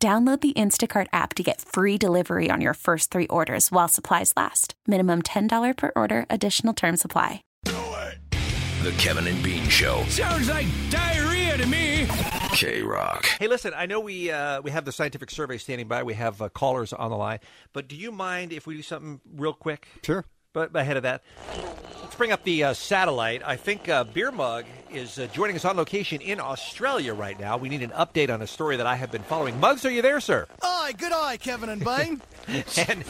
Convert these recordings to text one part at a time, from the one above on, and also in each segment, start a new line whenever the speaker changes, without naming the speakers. Download the Instacart app to get free delivery on your first three orders while supplies last. Minimum $10 per order, additional term supply.
The Kevin and Bean Show.
Sounds like diarrhea to me.
K Rock.
Hey, listen, I know we uh, we have the scientific survey standing by. We have uh, callers on the line, but do you mind if we do something real quick?
Sure.
But ahead of that, let's bring up the uh, satellite. I think uh, Beer Mug is uh, joining us on location in Australia right now. We need an update on a story that I have been following. Mugs, are you there, sir?
Aye, good eye, Kevin and Bain.
And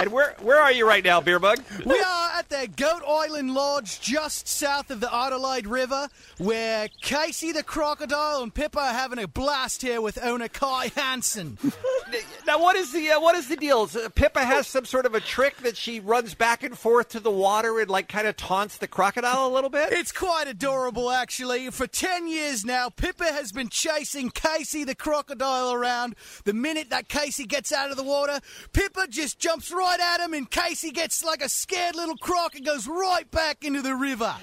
and where where are you right now, Beer Mug?
we are at the Goat Island Lodge just south of the Adelaide River, where Casey the crocodile and Pippa are having a blast here with owner Kai Hansen.
Now, what is the uh, what is the deal? Is, uh, Pippa has some sort of a trick that she runs back and forth to the water and like kind of taunts the crocodile a little bit.
It's quite adorable, actually. For 10 years now, Pippa has been chasing Casey the crocodile around. The minute that Casey gets out of the water, Pippa just jumps right at him, and Casey gets like a scared little croc and goes right back into the river.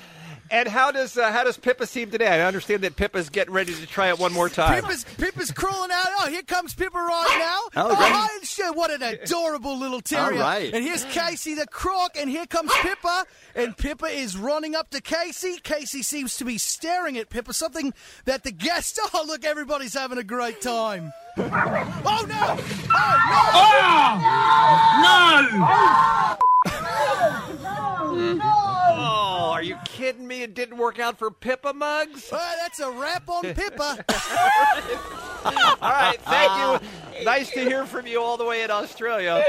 And how does uh, how does Pippa seem today? I understand that Pippa's getting ready to try it one more time.
Pippa's, Pippa's crawling out. Oh, here comes Pippa right now.
Oh, great.
hi, sure, what an adorable little terrier.
All right.
And here's Casey the croc, and here comes Pippa. And Pippa is running up to Casey. Casey seems to be staring at Pippa, something that the guests. Oh, look, everybody's having a great time. Oh, no! Oh,
Ah!
Oh, are you kidding me? It didn't work out for Pippa Mugs.
no! Oh, that's a wrap on Pippa.
All right, thank you. Nice to hear from you all the way in Australia.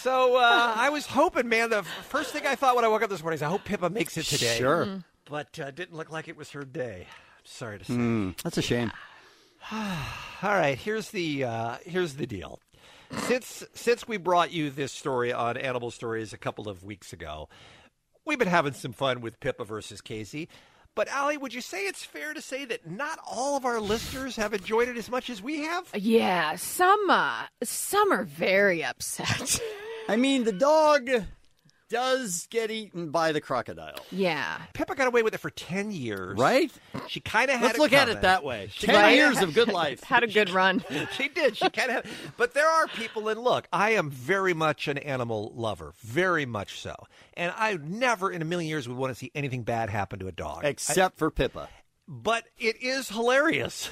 So uh, I was hoping, man. The first thing I thought when I woke up this morning is, I hope Pippa makes it today.
Sure.
But uh, didn't look like it was her day. I'm sorry to say.
That's a shame.
All right, here's the uh, here's the deal. Since since we brought you this story on animal stories a couple of weeks ago, we've been having some fun with Pippa versus Casey. But Allie, would you say it's fair to say that not all of our listeners have enjoyed it as much as we have?
Uh, Yeah, some uh, some are very upset.
I mean, the dog does get eaten by the crocodile.
yeah,
Pippa got away with it for ten years,
Right?
She kind of had.
Let's look at it
coming.
that way.
She
Ten
kinda
years of good life.
had a good run.
she did. She kind of. But there are people, and look, I am very much an animal lover, very much so, and I never in a million years would want to see anything bad happen to a dog.
Except for Pippa.
but it is hilarious.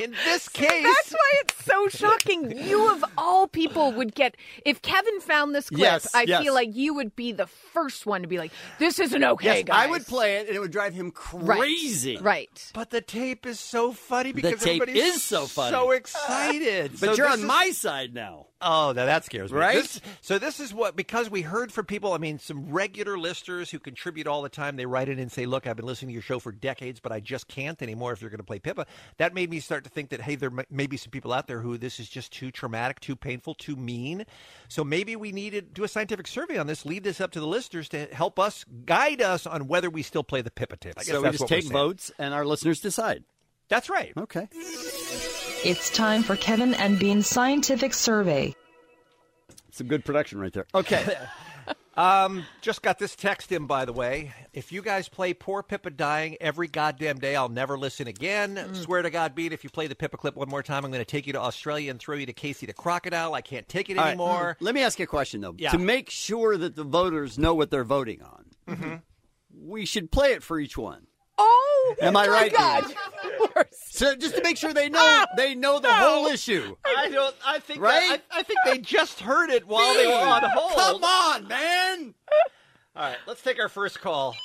in this case,
That's why it's so shocking. You of all people would get if Kevin found this clip.
Yes,
I
yes.
feel like you would be the first one to be like, "This isn't okay,
yes,
guys."
I would play it and it would drive him
Right.
crazy.
Right.
but the tape is so funny because
tape
everybody's
is so funny.
so excited.
But
So
you're
this
on
is-
my side now.
Oh, now that scares me.
Right?
This- so this is what because we heard from people. I mean, some regular listeners who contribute all the time. They write in and say, "Look, I've been listening to your show for decades, but I just can't anymore." If you're going to play Pippa, that made me start to think that hey, there m- may be some people out there who this is just too traumatic, too painful, too mean. So maybe we need to do a scientific survey on this. Leave this up to the listeners to help us guide us on whether we still play the Pippa tip. I guess
So we
that's
just
what we're
take
saying.
votes and our listeners decide.
That's right.
Okay.
It's time for Kevin and Bean's scientific survey.
Some good production right there. Okay.
Um, Just got this text in, by the way. If you guys play Poor Pippa Dying every goddamn day, I'll never listen again.
Hmm.
Swear to God, Bean, if you play the Pippa clip one more time, I'm going to take you to Australia and throw you to Casey the Crocodile. I can't take it
All right.
anymore.
Mm-hmm. Let me ask you a question though.
Yeah.
To make sure that the voters know what they're voting on,
Mm-hmm.
we should play it for each one.
Oh,
Am I
my
right,
God.
Dave? So just to make sure they know they know the whole issue.
I don't. I think.
Right?
I, I think they just heard it while they were on hold.
Come on, man.
All right, let's take our first call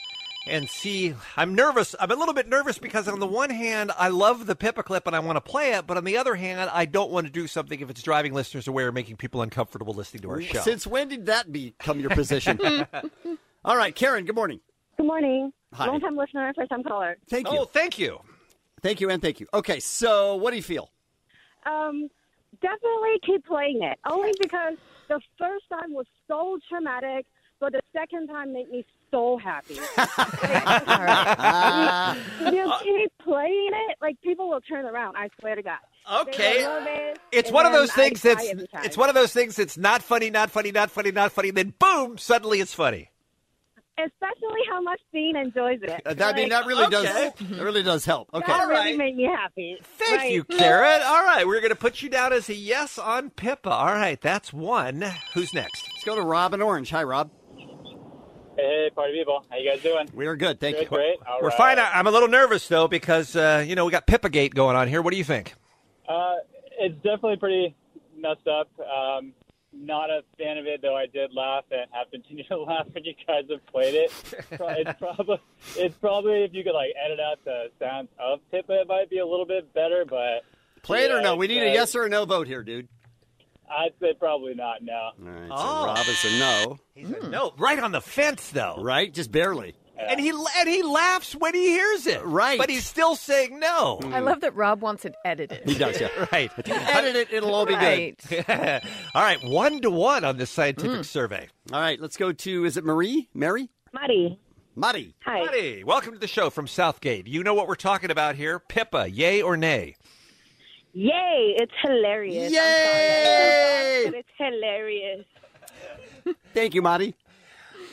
and see. I'm nervous. I'm a little bit nervous because on the one hand, I love the Pippa clip and I want to play it, but on the other hand, I don't want to do something if it's driving listeners away or making people uncomfortable listening to our show.
Since when did that become your position? All right, Karen, good morning.
Good morning.
Hi.
Long time listener, first time caller.
Thank you.
oh, thank you.
thank you and thank you. Okay, so what do you feel?
Um, definitely keep playing it, only because the first time was so traumatic, but the second time made me so happy.
Uh,
Like, you just keep playing it, like people will turn around. I swear to God. They
Okay.
will love it,
It's
and
one of
then
those
I
things
cry
that's
every time.
it's one of those things that's not funny, not funny, not funny, not funny. Then boom, suddenly it's funny.
especially how much Dean enjoys it.
Uh, that, I mean,
Like,
that really
okay.
does that really does help. Okay.
that really
right.
made me happy.
Thank
Like,
you, Carrot. All right, we're going to put you down as a yes on Pippa. All right, that's one. Who's next?
Let's go to Rob in Orange. Hi, Rob.
Hey, party people. How you guys doing?
We are good. Thank
Good,
you.
great. All
we're
right.
fine. I, I'm a little nervous though because uh, you know we got Pippa Gate going on here. What do you think?
Uh, it's definitely pretty messed up. Um, not a fan of it, though I did laugh and have continued to laugh when you guys have played it. Pro- It's probably, it's probably if you could like edit out the sounds of Pippa, it might be a little bit better. But
Play it or
Yeah,
no? We need a
uh,
yes or a no vote here, dude.
I'd say probably not. No.
All right. So
Oh.
Rob is a no.
He said no, right on the fence though.
Right? Just barely.
And he and he laughs when he hears it.
Right.
But he's still saying no.
I love that Rob wants it edited.
He does. Yeah.
Right.
Edit it. It'll all be good.
Right.
All right, one to one on this scientific survey.
Mm. All right. Let's go to. Is it Marie? Mary?
Marty.
Mari.
Hi.
Buddy, welcome to the show from Southgate. You know what we're talking about here. Pippa, yay or nay?
Yay! It's hilarious. I'm sorry,
Yay!
I'm so sad, but it's hilarious.
Thank you, Mari.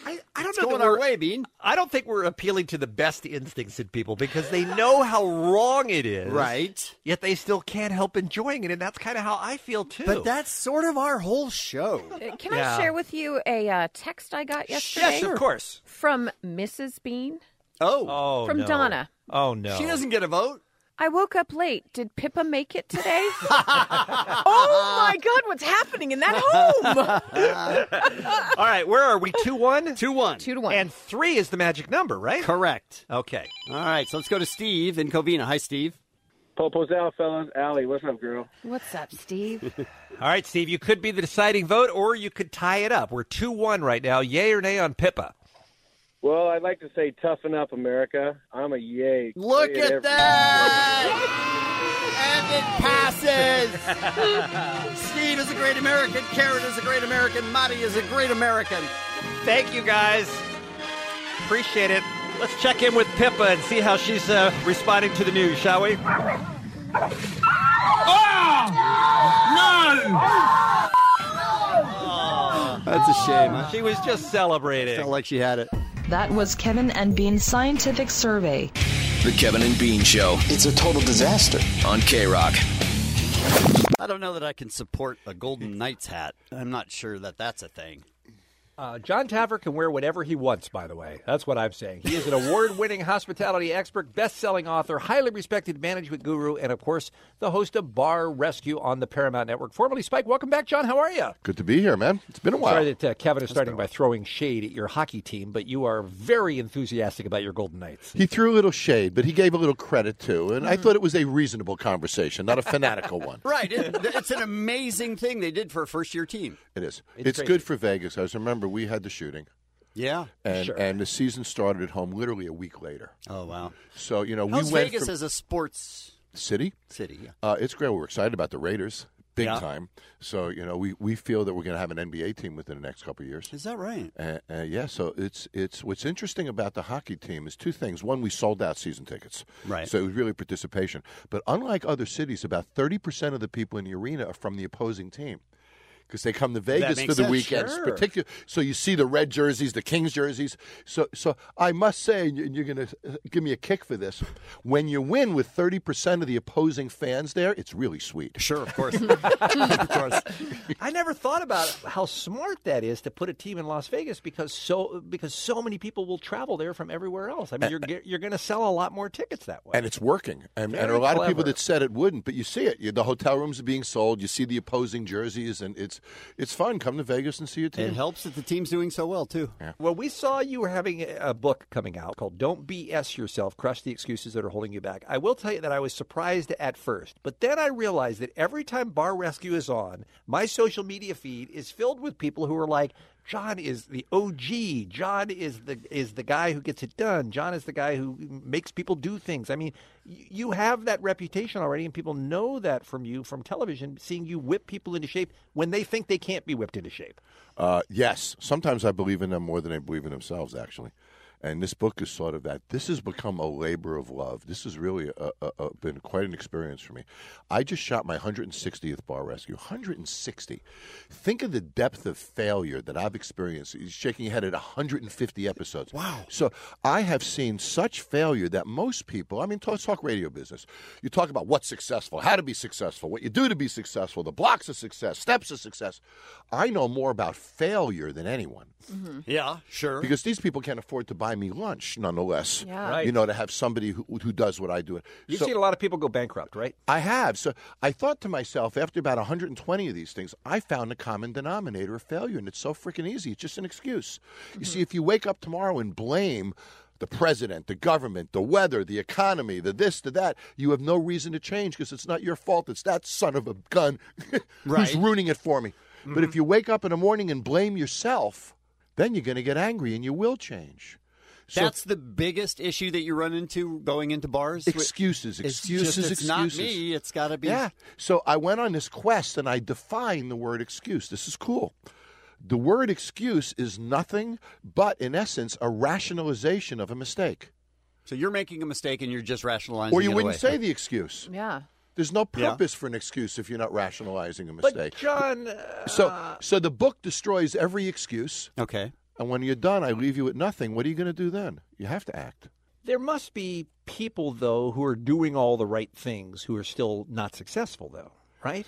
I, I don't
It's going our way, Bean.
I don't think we're appealing to the best instincts in people because they know how wrong it is.
Right.
Yet they still can't help enjoying it, and that's kind of how I feel too.
But that's sort of our whole show.
Uh, Can
Yeah.
I share with you a uh, text I got yesterday
yes, of course.
from Mrs. Bean?
Oh,
Oh,
From
no.
Donna.
Oh no,
she doesn't get a vote.
I woke up late. Did Pippa make it today? oh my God, what's happening in that home?
All right, where are we? Two one,
Two one.
Two to one.
and three is the magic number, right?
Correct.
Okay.
All right. So let's go to Steve in Covina. Hi, Steve.
Popo's out, fellas. Allie, what's up, girl?
what's up, Steve?
All right, Steve, you could be the deciding vote, or you could tie it up. We're two one right now. Yay or nay on Pippa?
Well, I'd like to say toughen up, America. I'm a yay.
Look at that! and it passes. Steve is a great American. Carrot is a great American. Marty is a great American.
Thank you guys. Appreciate it. Let's check in with Pippa and see how she's uh, responding to the news, shall we?
Ah! That's a shame. Huh?
She was just
Felt
celebrating.
like she had it.
That was Kevin and Bean's scientific survey.
The Kevin and Bean Show
It's a total disaster.
on K Rock.
I don't know that I can support a Golden Knights hat. I'm not sure that that's a thing.
Uh, John Taffer can wear whatever he wants, by the way. That's what I'm saying. He is an award winning hospitality expert, best selling author, highly respected management guru, and of course, the host of Bar Rescue on the Paramount Network. Formerly Spike, welcome back, John. How are you?
Good to be here, man. It's been a while.
Sorry that uh, Kevin is starting by throwing shade at your hockey team, but you are very enthusiastic about your Golden Knights.
He threw a little shade, but he gave a little credit too, and I thought it was a reasonable conversation, not a fanatical one.
Right. It, it's an amazing thing they did for a first year team.
It is.
It's
It's,
crazy.
good for Vegas. I was- remember we had the shooting,
Yeah.
and
Sure.
and the season started at home literally a week later.
Oh, wow.
So you know
How's
we went
Vegas
from
as a sports
city.
city? Yeah.
Uh, it's great. We're excited about the Raiders, big
Yeah.
time. So you know we, we feel that we're going to have an NBA team within the next couple of years.
Is that right?
Uh, uh, yeah, so it's it's what's interesting about the hockey team is two things. One, we sold out season tickets,
Right.
So it was really participation. But unlike other cities, about thirty percent of the people in the arena are from the opposing team because they come to Vegas
makes
for the
sense,
weekends,
sure.
particular. So you see the red jerseys, the Kings jerseys. So so I must say, and you- and you're going to give me a kick for this. When you win with thirty percent of the opposing fans there, it's really sweet.
Sure, of course. of course.
I never thought about how smart that is to put a team in Las Vegas because so because so many people will travel there from everywhere else. I mean, you're ge- you're going to sell a lot more tickets that way.
And it's working. And, and
Very
a lot of people
clever.
that said it wouldn't, but you see it. You, the hotel rooms are being sold. You see the opposing jerseys, and it's it's fun. Come to Vegas and see your
It
team.
helps that the team's doing so well, too.
well, we saw you were having a- a book coming out called "Don't BS Yourself: Crush the Excuses That Are Holding You Back." I will tell you that I was surprised at first, but then I realized that every time Bar Rescue is on, my social media feed is filled with people who are like. John is the OG. John is the is the guy who gets it done. John is the guy who makes people do things. I mean, y- you have that reputation already, and people know that from you from television, seeing you whip people into shape when they think they can't be whipped into shape.
Uh, yes, sometimes I believe in them more than I believe in themselves, actually. And this book is sort of that. This has become a labor of love. This has really uh uh uh been quite an experience for me. I just shot my 160th bar rescue. 160. Think of the depth of failure that I've experienced. You're shaking your head at 150 episodes. Wow. So I have seen such failure that most people, I mean, talk, talk radio business. You talk about what's successful, how to be successful, what you do to be successful, the blocks of success, steps of success. I know more about failure than anyone
Yeah, sure.
because these people can't afford to buy me lunch, nonetheless.
Yeah. Right.
You know, to have somebody who, who does what I do.
You've seen a lot of people go bankrupt, right?
I have. So I thought to myself, after about 120 of these things, I found a common denominator of failure, and it's so freaking easy. It's just an excuse. You
Mm-hmm.
see, if you wake up tomorrow and blame the president, the government, the weather, the economy, the this, the that, you have no reason to change because it's not your fault. It's that son of a gun
Right.
who's ruining it for me. But
Mm-hmm.
if you wake up in the morning and blame yourself, then you're going to get angry and you will change. So-
That's the biggest issue that you run into going into bars.
Excuses,
It's just,
excuses,
it's Not
excuses.
me. It's got to be.
Yeah. So I went on this quest and I defined the word excuse. This is cool. The word excuse is nothing but, in essence, a rationalization of a mistake.
So you're making a mistake and you're just rationalizing.
Or you
it
wouldn't
away.
say the excuse.
Yeah.
There's no
Yeah.
purpose for an excuse if you're not rationalizing a
But
mistake.
John, uh,
so, so the book destroys every excuse.
Okay.
And when you're done, I leave you with nothing. What are you going to do then? You have to act.
There must be people though who are doing all the right things who are still not successful though, right?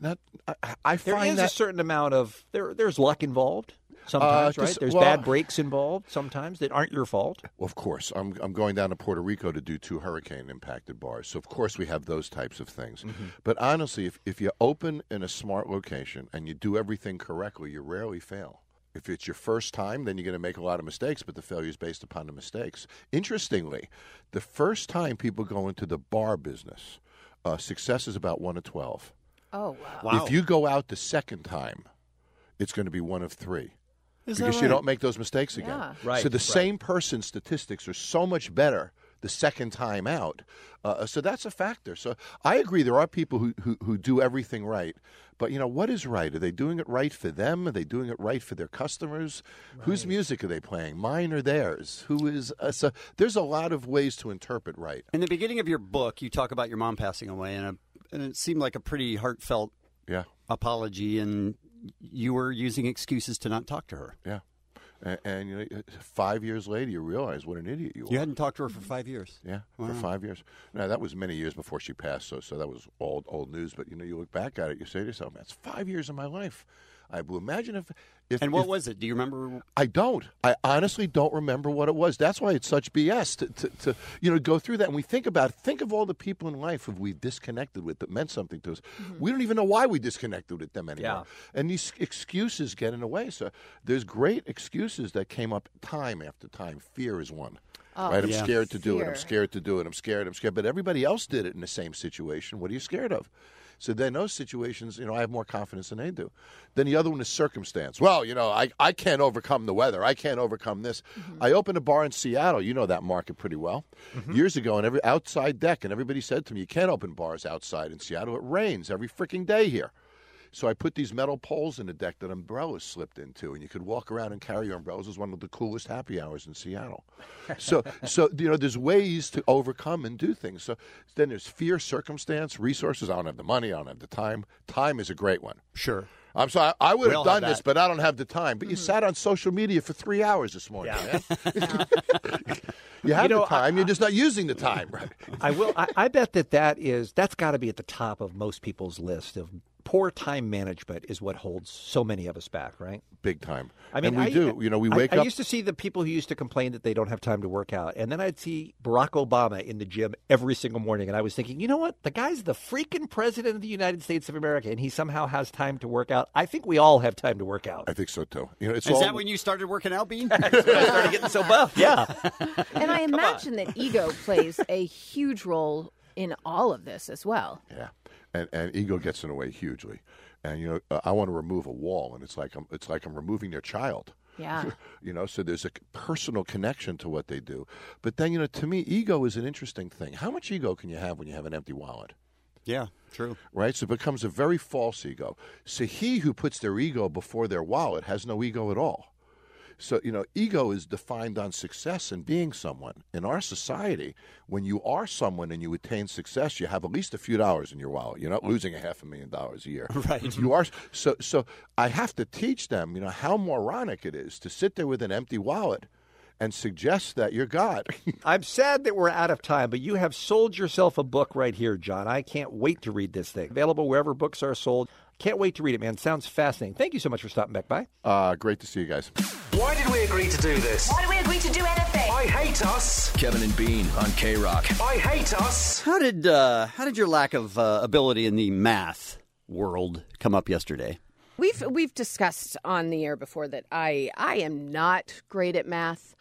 That I, I
There is
find
a
that
certain amount of there. There's luck involved sometimes,
Uh,
right?
just-
There's
well-
bad breaks involved sometimes that aren't your fault.
Well, of course. I'm, I'm going down to Puerto Rico to do two hurricane impacted bars. So, of course, we have those types of things.
Mm-hmm.
But honestly, if, if you open in a smart location and you do everything correctly, you rarely fail. If it's your first time, then you're going to make a lot of mistakes, but the failure is based upon the mistakes. Interestingly, the first time people go into the bar business, uh, success is about 1 to 12.
Oh wow.
Wow.
If you go out the second time, it's going to be 1 of 3
Is that
because
right?
you don't make those mistakes again.
Yeah.
Right,
So the
right.
same person's statistics are so much better the second time out. Uh, so that's a factor. So I agree. There are people who, who who do everything right, but you know what is right? Are they doing it right for them? Are they doing it right for their customers? Whose music are they playing? Mine or theirs? Who is? Uh, so there's a lot of ways to interpret right.
In the beginning of your book, you talk about your mom passing away, and a, and it seemed like a pretty heartfelt
Yeah.
apology, and you were using excuses to not talk to her.
Yeah. And, and you know, five years later, you realize what an idiot you are.
You hadn't talked to her for five years.
Yeah, for five years. Now that was many years before she passed, so so that was old old news. But you know, you look back at it, you say to yourself, "That's five years of my life." I will imagine if if
And what
if-
was it? Do you remember?
I don't. I honestly don't remember what it was. That's why it's such BS to, to, to you know go through that. And we think about think of all the people in life who we disconnected with that meant something to us. We don't even know why we disconnected with them anymore. And these excuses get in the way. So there's great excuses that came up time after time. Fear is one. right, I'm
Yeah.
scared to do it.
fear.
I'm scared to do it. I'm scared. I'm scared. But everybody else did it in the same situation. What are you scared of? So then those situations, you know, I have more confidence than they do. Then the other one is circumstance. Well, you know, I, I can't overcome the weather. I can't overcome this. I opened a bar in Seattle. You know that market pretty well. Years ago, and every outside deck, and everybody said to me, you can't open bars outside in Seattle. It rains every freaking day here. So I put these metal poles in the deck that umbrellas slipped into, and you could walk around and carry your umbrellas. It was one of the coolest happy hours in Seattle. So, so you know, there's ways to overcome and do things. So then there's fear, circumstance, resources. I don't have the money. I don't have the time. Time is a great one.
Sure.
I'm sorry. I would
We
have
all have
done this,
that. Mm-hmm.
but I don't have the time. But you sat on social media for three hours this morning. man. you have
know,
the time. You're just not using the time, right?
I will. I, I bet that that is that's got to be at the top of most people's list of poor time management is what holds so many of us back, right?
Big time.
I mean,
and we
I,
do. You know, we
I-
wake
I,
up.
used to see the people who used to complain that they don't have time to work out, and then I'd see Barack Obama in the gym every single morning, and I was thinking, you know what? The guy's the freaking president of the United States of America, and he somehow has time to work out. I think we all have time to work out.
I think so too. You know, it's
Is
all,
that when you started working out, Bean?
I started getting so buff. Yeah.
And I imagine that ego plays a huge role in all of this as well.
Yeah. and and ego gets in the way hugely. And you know, uh, I want to remove a wall, and it's like I'm, it's like I'm removing their child.
Yeah.
you know, so there's a c- personal connection to what they do. But then, you know, to me, ego is an interesting thing. How much ego can you have when you have an empty wallet?
Yeah, true.
Right? So it becomes a very false ego. So he who puts their ego before their wallet has no ego at all. So, you know, ego is defined on success and being someone. In our society, when you are someone and you attain success, you have at least a few dollars in your wallet. You're not losing a half a million dollars a year. Right. You are so so I have to teach them, you know, how moronic it is to sit there with an empty wallet and suggest that you're God.
I'm sad that we're out of time, but you have sold yourself a book right here, John. I can't wait to read this thing. Available wherever books are sold. Can't wait to read it, man. Sounds fascinating. Thank you so much for stopping back by.
Uh, great to see you guys.
Why did we agree to do this?
Why do we agree to do anything? I hate us.
Kevin and Bean on K Rock.
I hate us.
How did uh, how did your lack of uh, ability in the math world come up yesterday?
We've we've discussed on the air before that I I am not great at math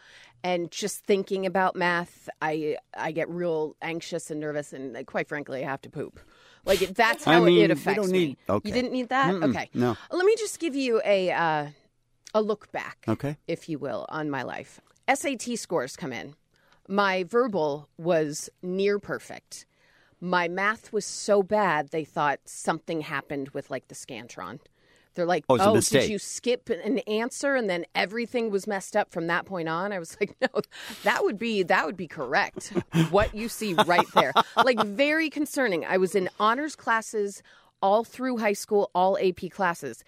and just thinking about math I I get real anxious and nervous and like, quite frankly I have to poop. Like it- that's
I
how it-
mean, we
it affects
don't
me.
need- okay.
You didn't need that?
Mm-mm,
okay.
no.
Let me just give you a uh, a look back
Okay.
if you will, on my life. SAT scores come in. My verbal was near perfect. My math was so bad they thought something happened with like the scantron. They're like,
Oh, it's a
did
mistake."
you skip an answer and then everything was messed up from that point on?" I was like, "No, that would be that would be correct. what you see right there, like very concerning." I was in honors classes all through high school, all AP classes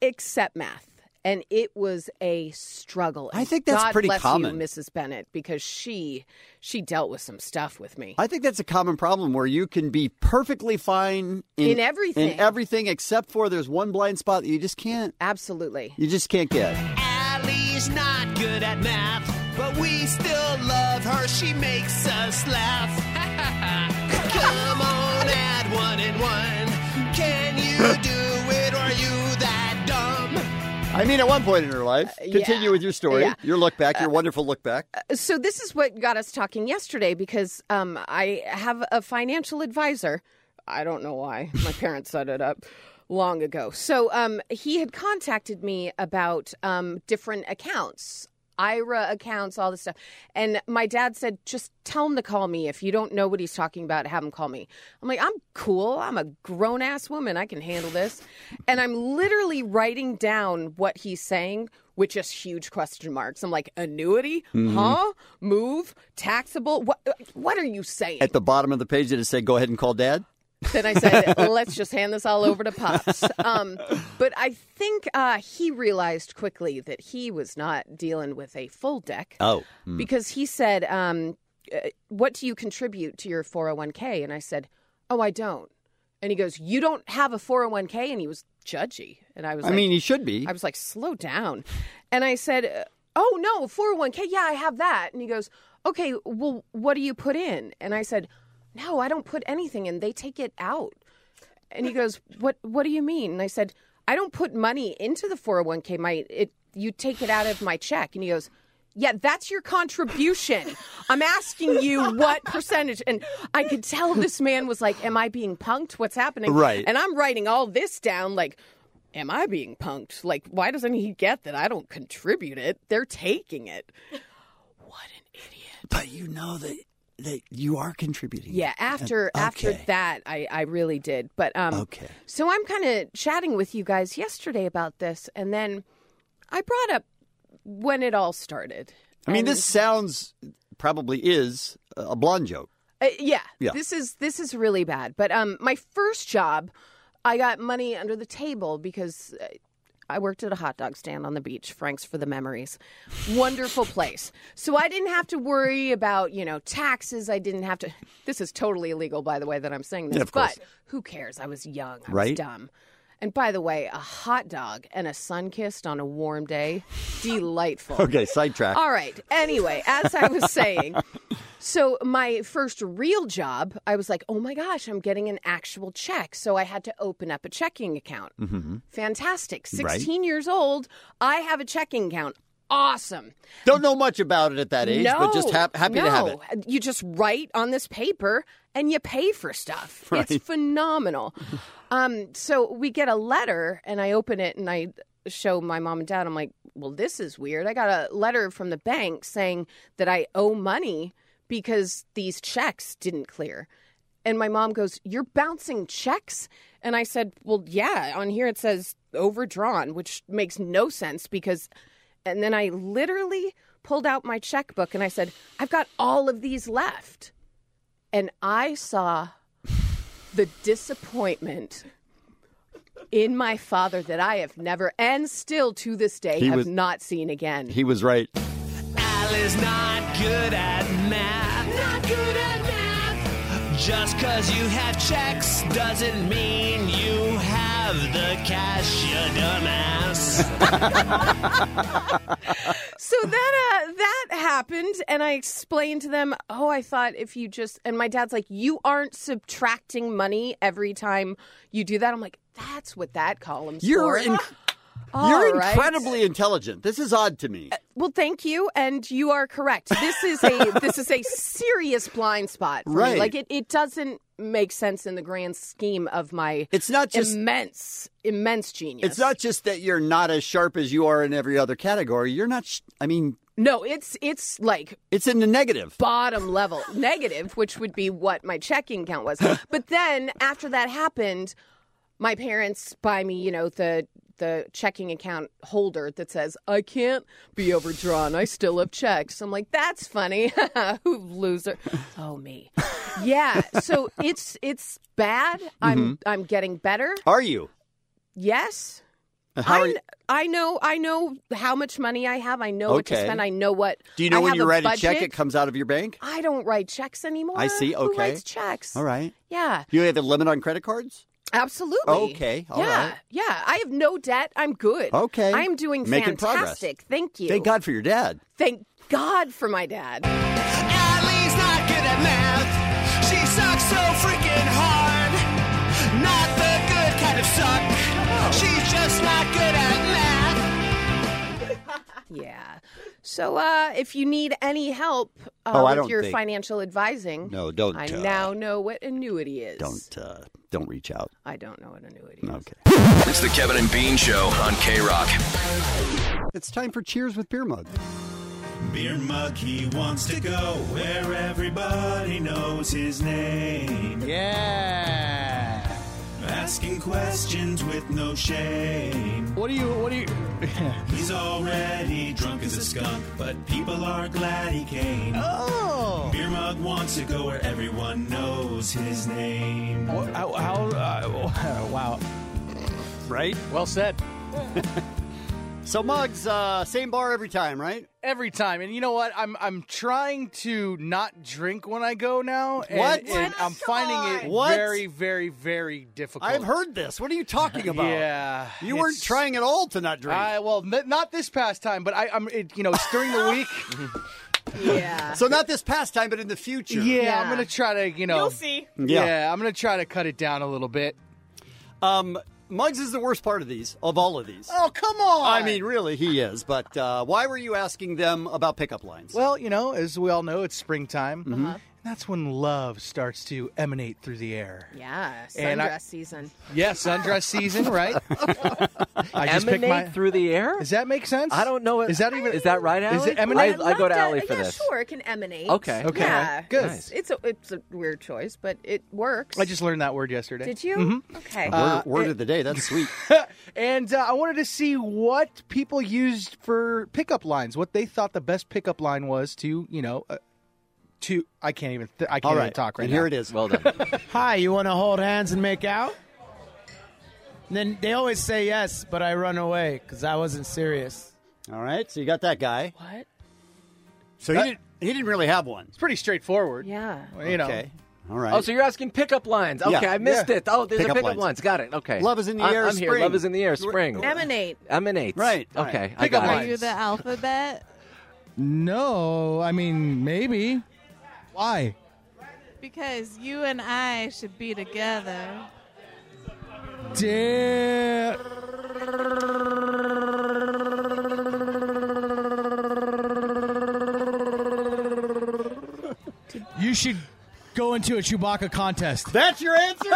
except math. And it was a struggle.
I
And
think that's
God
pretty
bless
common.
you, Mrs. Bennett, because she she dealt with some stuff with me.
I think that's a common problem where you can be perfectly fine
In everything.
in everything except for there's one blind spot that you just can't
Absolutely.
you just can't get.
Allie's not good at math, but we still love her. She makes us laugh. Come on, add one and one. Can you do it? Or are you that dumb?
I mean, at one point in her life, continue with your story,
Uh, yeah. Uh,
your look back, your wonderful look back.
So this is what got us talking yesterday because um, I have a financial advisor. I don't know why. My parents set it up long ago. So um, he had contacted me about um, different accounts. IRA accounts, all this stuff. And my dad said, just tell him to call me. If you don't know what he's talking about, have him call me. I'm like, I'm cool. I'm a grown ass woman. I can handle this. And I'm literally writing down what he's saying with just huge question marks. I'm like, annuity?
Mhm.
Huh? Move? Taxable? What, uh, what are you saying?
At the bottom of the page, it said, "Go ahead and call Dad."
then I said, let's just hand this all over to Pops. Um, but I think uh, he realized quickly that he was not dealing with a full deck
Oh, hmm.
because he said, um, uh, What do you contribute to your 401k? And I said, Oh, I don't. And he goes, You don't have a 401k? And he was judgy. And I was
I
like,
mean, he should be.
I was like, Slow down. And I said, uh, Oh, no, 401k. Yeah, I have that. And he goes, Okay, well, what do you put in? And I said, No, I don't put anything in. They take it out. And he goes, "What? What do you mean?" And I said, "I don't put money into the 401k. My it, you take it out of my check." And he goes, "Yeah, that's your contribution. I'm asking you what percentage." And I could tell this man was like, "Am I being punked? What's happening?"
Right.
And I'm writing all this down, like. Am I being punked? Like, why doesn't he get that I don't contribute it? They're taking it.
but you know that that you are contributing. Uh,
Yeah, after after
Okay.
that, I I really did. But um,
Okay.
So I'm kind of chatting with you guys yesterday about this, and then I brought up when it all started.
I mean, this sounds probably is a blonde joke.
Uh, yeah,
Yeah.
This is this is really bad. But um, my first job, I got money under the table because. uh, I worked at a hot dog stand on the beach, Frank's for the Memories. Wonderful place. So I didn't have to worry about, you know, taxes. I didn't have to. This is totally illegal, by the way, that I'm saying this.
Yeah, of course.
But who cares? I was young. I
Right.
was dumb. And by the way, a hot dog and a sun kissed on a warm day, delightful.
Okay, sidetrack.
All right. Anyway, as I was saying, so my first real job, I was like, oh my gosh, I'm getting an actual check. So I had to open up a checking account.
Mm-hmm.
Fantastic.
Right.
16 years old, I have a checking account. awesome.
Don't know much about it at that age, but just hap- happy to have it.
no. You just write on this paper and you pay for stuff.
Right.
It's phenomenal. um, so we get a letter, and I open it and I show my mom and dad. I'm like, well, this is weird. I got a letter from the bank saying that I owe money because these checks didn't clear. And my mom goes, You're bouncing checks? And I said, Well, yeah, on here it says overdrawn, which makes no sense because. And then I literally pulled out my checkbook and I said, I've got all of these left. And I saw the disappointment in my father that I have never, and still to this day,
He
have
was-
not seen again.
He was right.
Al is not good at math. Not good at math. Just cause you have checks doesn't mean you have the cash, you dumbass.
so that uh, that happened, and I explained to them, "Oh, I thought if you just..." And my dad's like, "You aren't subtracting money every time you do that." I'm like, "That's what that column's
You're
for."
in-
All
You're
right. Uh,
incredibly intelligent. This is odd to me.
Well, thank you, and you are correct. This is a this is a serious blind spot. For
Right.
Me. Like it, it doesn't make sense in the grand scheme of my.
It's not just-
immense, immense genius.
It's not just that you're not as sharp as you are in every other category. You're not. Sh- I mean,
no, it's it's like
it's in the negative.
bottom level negative, which would be what my checking account was. But then after that happened, my parents buy me, you know, the the checking account holder that says I can't be overdrawn. I still have checks. I'm like, that's funny. Who loser? Oh me. Yeah. So it's it's bad. I'm
Mm-hmm.
I'm getting better.
Are you? Uh,
Yes.
How are
I,
you?
I know I know how much money I have. I know what to
Okay.
spend. I know what.
Do you know
I
when
have
you
a
write
budget.
a check, it comes out of your bank?
I don't write checks anymore.
I see. Okay.
Who writes checks?
All right.
Yeah,
You have a limit on credit cards?
absolutely.
Okay, all
yeah.
right.
Yeah. I have no debt. I'm good.
Okay.
I'm doing
Making progress.
fantastic. Thank you.
Thank God for your dad.
Thank God for my dad.
Allie's not good at math. She sucks so freaking hard. Not the good kind of suck. She's just not good at math.
Yeah. So uh, if you need any help uh,
Oh, I
with
don't
your
think-
financial advising,
No, don't,
I
uh,
now know what annuity is.
Don't uh, don't reach out.
I don't know what annuity.
Okay.
It's the Kevin and Bean Show on K Rock.
It's time for Cheers with Beer Mug.
Beer mug, he wants to go where everybody knows his name. Yeah. Asking questions with no shame. What do you? What do you? He's already drunk as a skunk, but people are glad he came. Oh. Beer mug wants to go where everyone knows his name.
How, how, uh, wow.
Right?
Well said.
so mugs, uh, same bar every time, right?
Every time, and you know what? I'm I'm trying to not drink when I go now. And,
What?
and I'm finding it
What?
very, very, very difficult.
I've heard this. What are you talking about?
Yeah,
You weren't
it's-
trying at all to not drink.
I, Uh, well, n- not this past time, but I, I'm. It, you know, it's during the week.
yeah.
So not this past time, but in the future.
Yeah, I'm gonna try to. You know,
You'll see.
Yeah.
Yeah.
I'm gonna try to cut it down a little bit.
Um, Muggs is the worst part of these, of all of these.
Oh come on!
I mean, really, he is. But uh, why were you asking them about pickup lines?
Well, you know, as we all know, it's springtime.
Uh-huh.
Mhm.
And that's when love starts to emanate through the air.
Yeah.
And I-
Sundress season.
Yes, sundress season, right? I just picked my.
Emanate through the air.
Does that make sense?
I don't know. Is that
even
is that right? Allie?
Is it emanate?
I, I go to Allie for
yeah,
this.
sure, it can emanate.
Okay. Okay.
Yeah.
Good.
It's, it's a it's a weird choice, but it works.
I just learned that word yesterday.
Did you?
Mm-hmm.
Mhm.
Okay.
Uh,
word word of the day. That's sweet.
and uh, I wanted to see what people used for pickup lines, what they thought the best pickup line was to, you know, uh, to I can't even th- I can't
All
even
right,
talk right
and
now.
here it is. Well done.
Hi, you want to hold hands and make out? And then they always say yes, but I run away because I wasn't serious.
All right, so you got that guy.
What?
So he didn't. He didn't really have one. It's
pretty straightforward.
Yeah.
You know. Okay. All right.
Oh, so you're asking pickup lines? Okay,
Yeah.
I missed
Yeah.
it. Oh, there's
Pickup
a pickup
lines.
lines. Got it. Okay.
Love is in the
I'm-
air,
I'm here.
spring.
Love is in the air.
You're-
Spring.
Emanate.
Emanates.
Right. All
Okay.
right.
I got
Are
it.
you the alphabet?
No, I mean, maybe. Why?
Because you and I should be together.
Dear.
You should go into a Chewbacca contest.
That's your answer?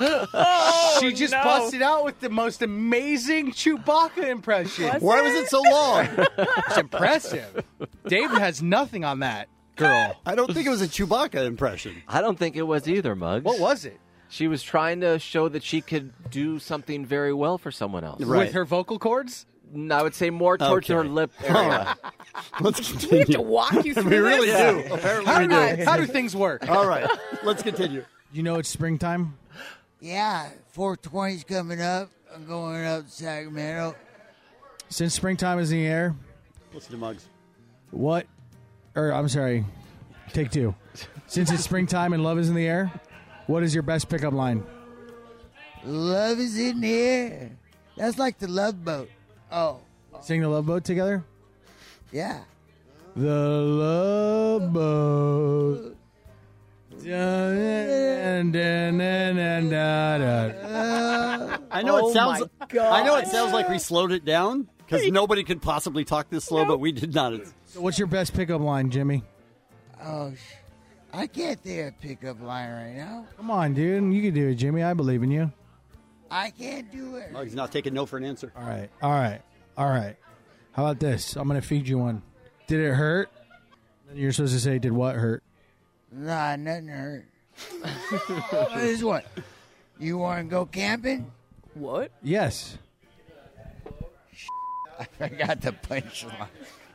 Oh,
she just
no.
busted out with the most amazing Chewbacca impression.
Was Why was it? it so long?
it's impressive. Dave has nothing on that girl.
I don't think it was a Chewbacca impression.
I don't think it was either, Muggs.
What was it?
She was trying to show that she could do something very well for someone else.
With her vocal cords?
No, I would say more towards her lip area.
Let's continue. We have to
walk you
we
through
really
this?
do.
Yeah.
Apparently,
How
we
do,
do.
how do things work?
All right, let's continue.
You know it's springtime.
Yeah, 420's coming up. I'm going up to Sacramento.
Since springtime is in the air,
Listen to Muggs.
what? Or I'm sorry, take two. Since it's springtime and love is in the air, what is your best pickup line?
Love is in the air. That's like the love boat. Oh,
Sing the love boat together.
yeah.
The love boat.
I know
Oh
it sounds.
my God.
I know it sounds like we slowed it down because nobody could possibly talk this slow, but we did not. It's-
So what's your best pickup line, Jimmy?
Oh, sh- I can't think of a pickup line right now.
Come on, dude. You can do it, Jimmy. I believe in you.
I can't do it.
Muggs Oh, not taking no for an answer.
All right. All right. All right. How about this? I'm going to feed you one. Did it hurt? Then you're supposed to say, did what hurt?
Nah, nothing hurt. this one. You want to go camping? What?
Yes.
I forgot the punchline.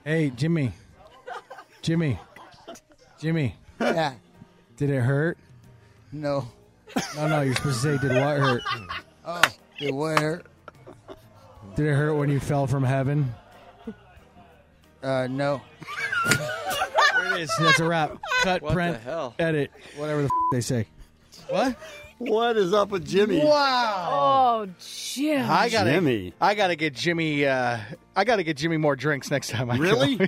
Hey, Jimmy. Jimmy. Jimmy.
Yeah.
Did it hurt?
No.
No, no. You're supposed to say, did what hurt?
Oh, it what hurt?
Did it hurt when you fell from heaven?
Uh, no.
There it is. That's a wrap. Cut,
What the
print,
hell?
edit, whatever the f- they say.
What? What is up with Jimmy?
Wow.
Oh, Jim.
I gotta,
Jimmy.
I gotta get Jimmy. Uh, I gotta get Jimmy more drinks next time. I
Really?
Kill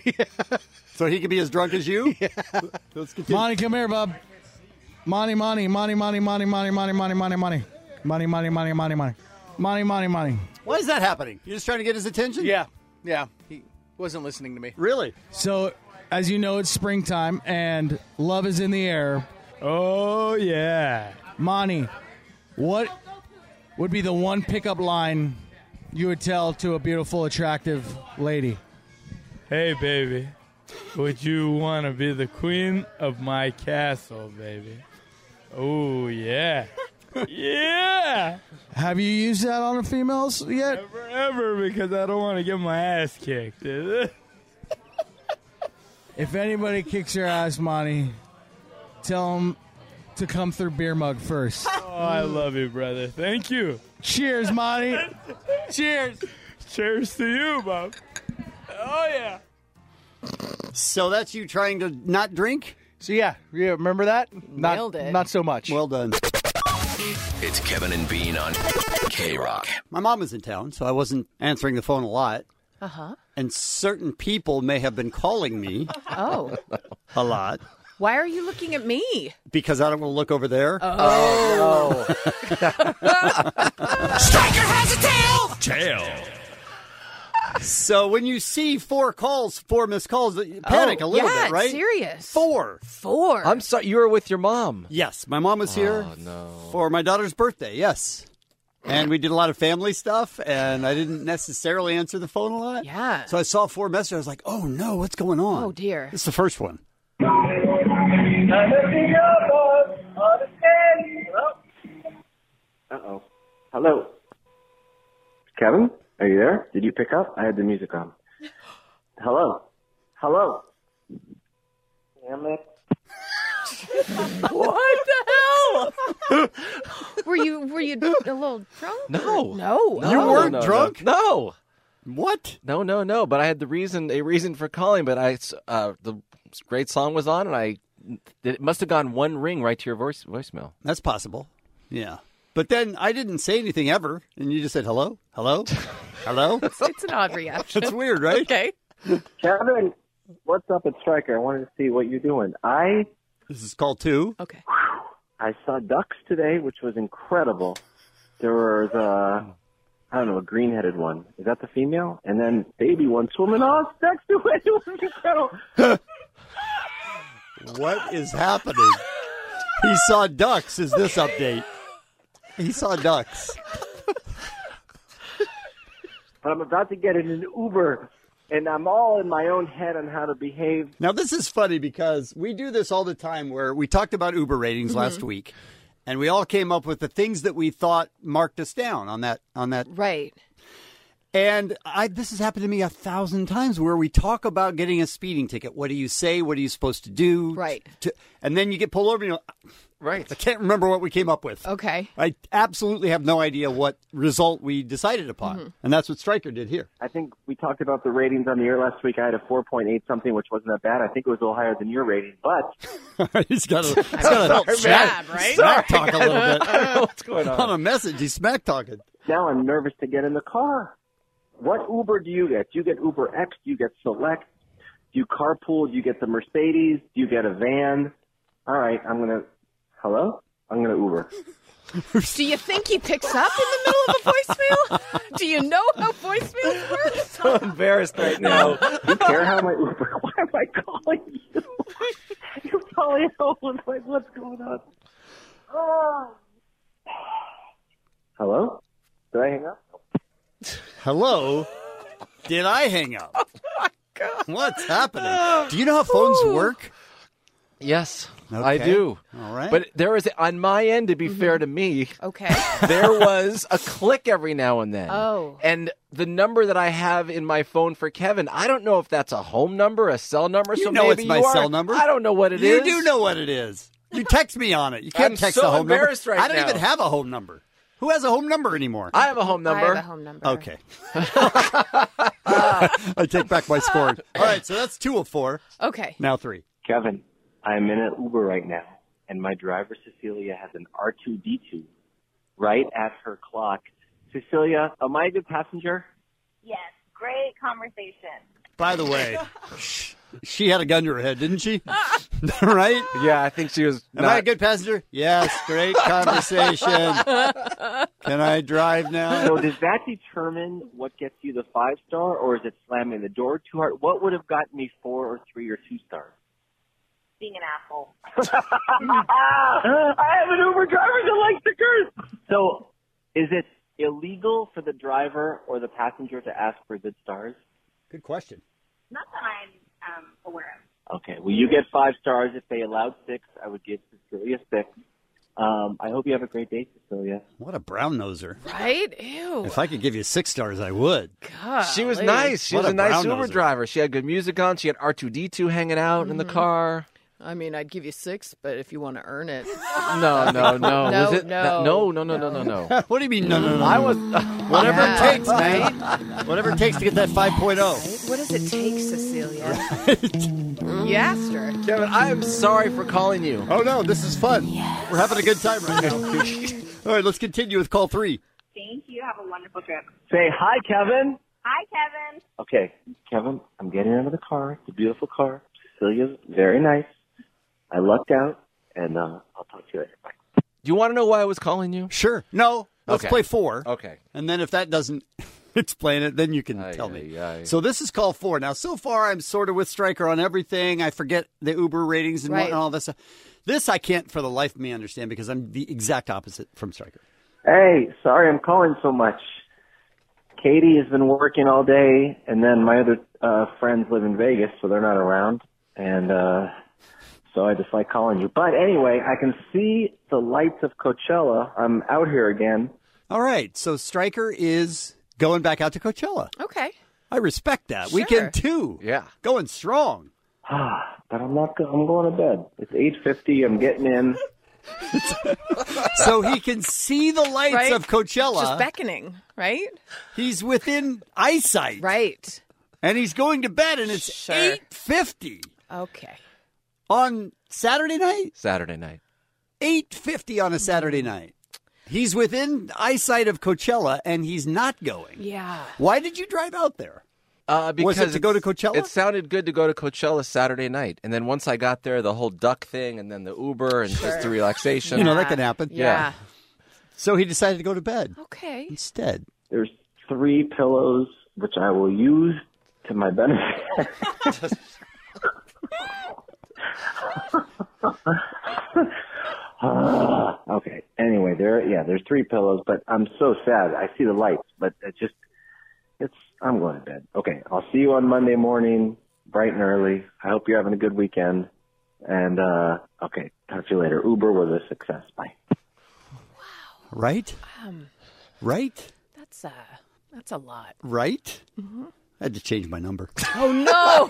him.
So he could be as drunk as you? Let's continue.
Monty, come here, bub. Monty, Monty, Monty, Monty, Monty, Monty, Monty, Monty, Monty, Monty, Monty, Monty, Monty, Monty, Monty, Monty, Monty, Monty.
Why is that happening? You're just trying to get his attention?
Yeah. yeah, he wasn't listening to me.
Really?
So, as you know, it's springtime and love is in the air. Oh yeah, Monty, what would be the one pickup line you would tell to a beautiful, attractive lady?
Hey, baby, would you want to be the queen of my castle, baby? Oh, yeah. yeah!
Have you used that on females yet?
Never ever because I don't want to get my ass kicked.
If anybody kicks your ass, Monty, tell them to come through beer mug first.
Oh, I love you, brother. Thank you.
Cheers, Monty. Cheers.
Cheers to you, Bob. Oh, yeah.
So that's you trying to not drink?
So yeah, yeah remember that? Not,
Nailed it.
Not so much.
Well done.
It's Kevin and Bean on K Rock.
My mom was in town, so I wasn't answering the phone a lot.
Uh huh.
And certain people may have been calling me
Oh,
a lot
why are you looking at me?
because I don't want to look over there.
Oh.
Striker has a tail!
Tail. So when you see four calls, four missed calls, you panic
Oh,
a little
yeah,
bit, right?
Serious.
Four.
Four.
I'm sorry, you were with your mom. Oh, Yes, my mom was here for my daughter's birthday. Yes. And we did a lot of family stuff, and I didn't necessarily answer the phone a lot. Yeah. So I saw four messages. I was like, oh no, what's going on?
Uh, Oh dear.
It's the first one.
Uh oh. Hello. Kevin, are you there? Did you pick up? I had the music on. Hello. Hello. Damn it.
what the hell? were you were you a little drunk?
No.
No.
No,
Oh.
no, no, No.
What?
No, no, no. But I had the reason a reason for calling. But I s- uh, the great song was on, and I it must have gone one ring right to your voice voicemail.
That's possible. Yeah. But then I didn't say anything ever, and you just said hello, hello, hello.
It's an odd reaction.
That's weird, right?
Okay.
Kevin, what's up at Striker? I wanted to see what you're doing. I.
This is call two.
Okay.
I saw ducks today, which was incredible. There was a, I don't know, a green-headed one. Is that the female? And then baby one swimming off next to it. It was incredible.
What is happening? He saw ducks. Is this update? He saw ducks.
But I'm about to get in an Uber, and I'm all in my own head on how to behave.
Now this is funny because we do this all the time where we talked about Uber ratings last
Mhm.
week and we all came up with the things that we thought marked us down on that on that
Right.
And I this has happened to me a thousand times where we talk about getting a speeding ticket. What do you say? What are you supposed to do? Right. and then you get pulled over and you're like, "Ah,
Right.
I can't remember what we came up with.
Okay.
I absolutely have no idea what result we decided upon.
Mhm.
And that's what Stryker did here.
I think we talked about the ratings on the air last week. I had a 4.8 something, which wasn't that bad. I think it was a little higher than your rating, but
he's got a, he's got a
Sorry, man.
smack, smack
Sorry,
talk a
guys.
little bit.
I don't know what's going on.
On a message, he's smack talking.
now I'm nervous to get in the car. What Uber do you get? Do you get Uber X? Do you get Select? Do you carpool? Do you get the Mercedes? Do you get a van? All right, I'm gonna. Hello, I'm gonna Uber.
Do you think he picks up in the middle of a voicemail? Do you know how voicemails work?
so embarrassed right now.
you care how my Uber? Why am I calling you? You're probably at home. Like, what's going on? Oh. Hello? Did I hang up?
Hello? Did I hang up? Oh my God. What's happening? Do you know how phones work?
Yes, I
Okay.
do.
All right.
But there was, on my end, to be fair to me,
Mm-hmm. okay,
there was a click every now and then.
Oh.
And the number that I have in my phone for Kevin, I don't know if that's a home number, a cell number.
You
so
know
maybe
it's my
you are.
cell number.
I don't know what it is.
You do know what it is. You text me on it. You can't
I'm
text
so
a home
embarrassed
number.
right
I don't
now.
even have a home number. Who has a home number anymore?
I have a home
I have a home number.
Okay. I take back my sport. All right, so that's two of four.
Okay.
Now three.
Kevin, I'm in an Uber right now, and my driver Cecilia has an R2D2 right at her clock. Cecilia, am I a good passenger?
Yes, great conversation.
By the way, she had a gun to her head, didn't she? right?
Yeah, I think she was.
Am
not-
I a good passenger? Yes. Great conversation. Can I drive now?
So does that determine what gets you the five star, or is it slamming the door too hard? What would have gotten me four or three or two stars?
Being an asshole.
Ah, I have an Uber driver that likes to curse. So, is it illegal for the driver or the passenger to ask for good stars?
Good question.
Not that I'm um, aware of.
Okay, well, you get five stars. If they allowed six, I would give Cecilia six. Um, I hope you have a great day, Cecilia.
What a brown noser.
Right? Ew.
If I could give you six stars, I would.
She was
Golly.
nice. She
What
was
a
a nice
brown
Uber
noser.
driver. She had good music on. She had R two D two hanging out in the
Mhm.
car.
I mean, I'd give you six, but if you want to earn it.
No, no, no.
no,
was it?
no,
no, no, no, no, no, no.
what do you mean? No, no, no.
I was
Whatever
Yeah,
it takes, man. Whatever it takes to get that
oh.
5.0.
Right? What does it take, Cecilia? You asked her.
Kevin, I am sorry for calling you.
Oh, no, this is fun. We're having a good time right now. All right, let's continue with call three.
Thank you. Have a wonderful trip.
Say hi, Kevin.
Hi, Kevin.
Okay, Kevin, I'm getting out of the car. It's a beautiful car. Cecilia's very nice. I lucked out, and uh, I'll talk to you later. Bye.
Do you want to know why I was calling you?
Sure. No, let's
Okay.
play four.
Okay.
And then if that doesn't explain it, then you can tell me. So this is call four. Now, so far, I'm sort of with Stryker on everything. I forget the Uber ratings and, what,
Right.
and all this stuff. This I can't for the life of me understand because I'm the exact opposite from Stryker.
Hey, sorry I'm calling so much. Katie has been working all day, and then my other uh, friends live in Vegas, so they're not around, and uh, so I just like calling you. But anyway, I can see the lights of Coachella. I'm out here again.
All right. So Stryker is going back out to Coachella.
Okay.
I respect that.
Sure.
Weekend two. Yeah. Going strong.
but I'm not. Go- I'm going to bed. It's 8:50. I'm getting in.
so he can see the lights
Right?
of Coachella.
Just beckoning, right?
He's within eyesight.
Right.
And he's going to bed and it's 8:50
Okay.
on Saturday night?
Saturday night.
8:50 on a Saturday night. He's within eyesight of Coachella and he's not going.
Yeah.
Why did you drive out there?
Uh, because
Was it to go to
it's-
Coachella?
It sounded good to go to Coachella Saturday night, and then once I got there, the whole duck thing, and then the Uber, and just the relaxation.
You know that can happen.
Yeah.
So he decided to go to bed.
Okay.
Instead.
There's three pillows which I will use to my benefit. Ah, okay. Anyway, there. Yeah, there's three pillows, but I'm so sad. I see the lights, but it just it's. I'm going to bed. Okay, I'll see you on Monday morning, bright and early. I hope you're having a good weekend. And uh okay, talk to you later. Uber was a success. Bye.
Right?
Um,
Right?
that's a that's a lot.
Right?
Mm-hmm.
Mhm.
I had to change my number.
Oh no!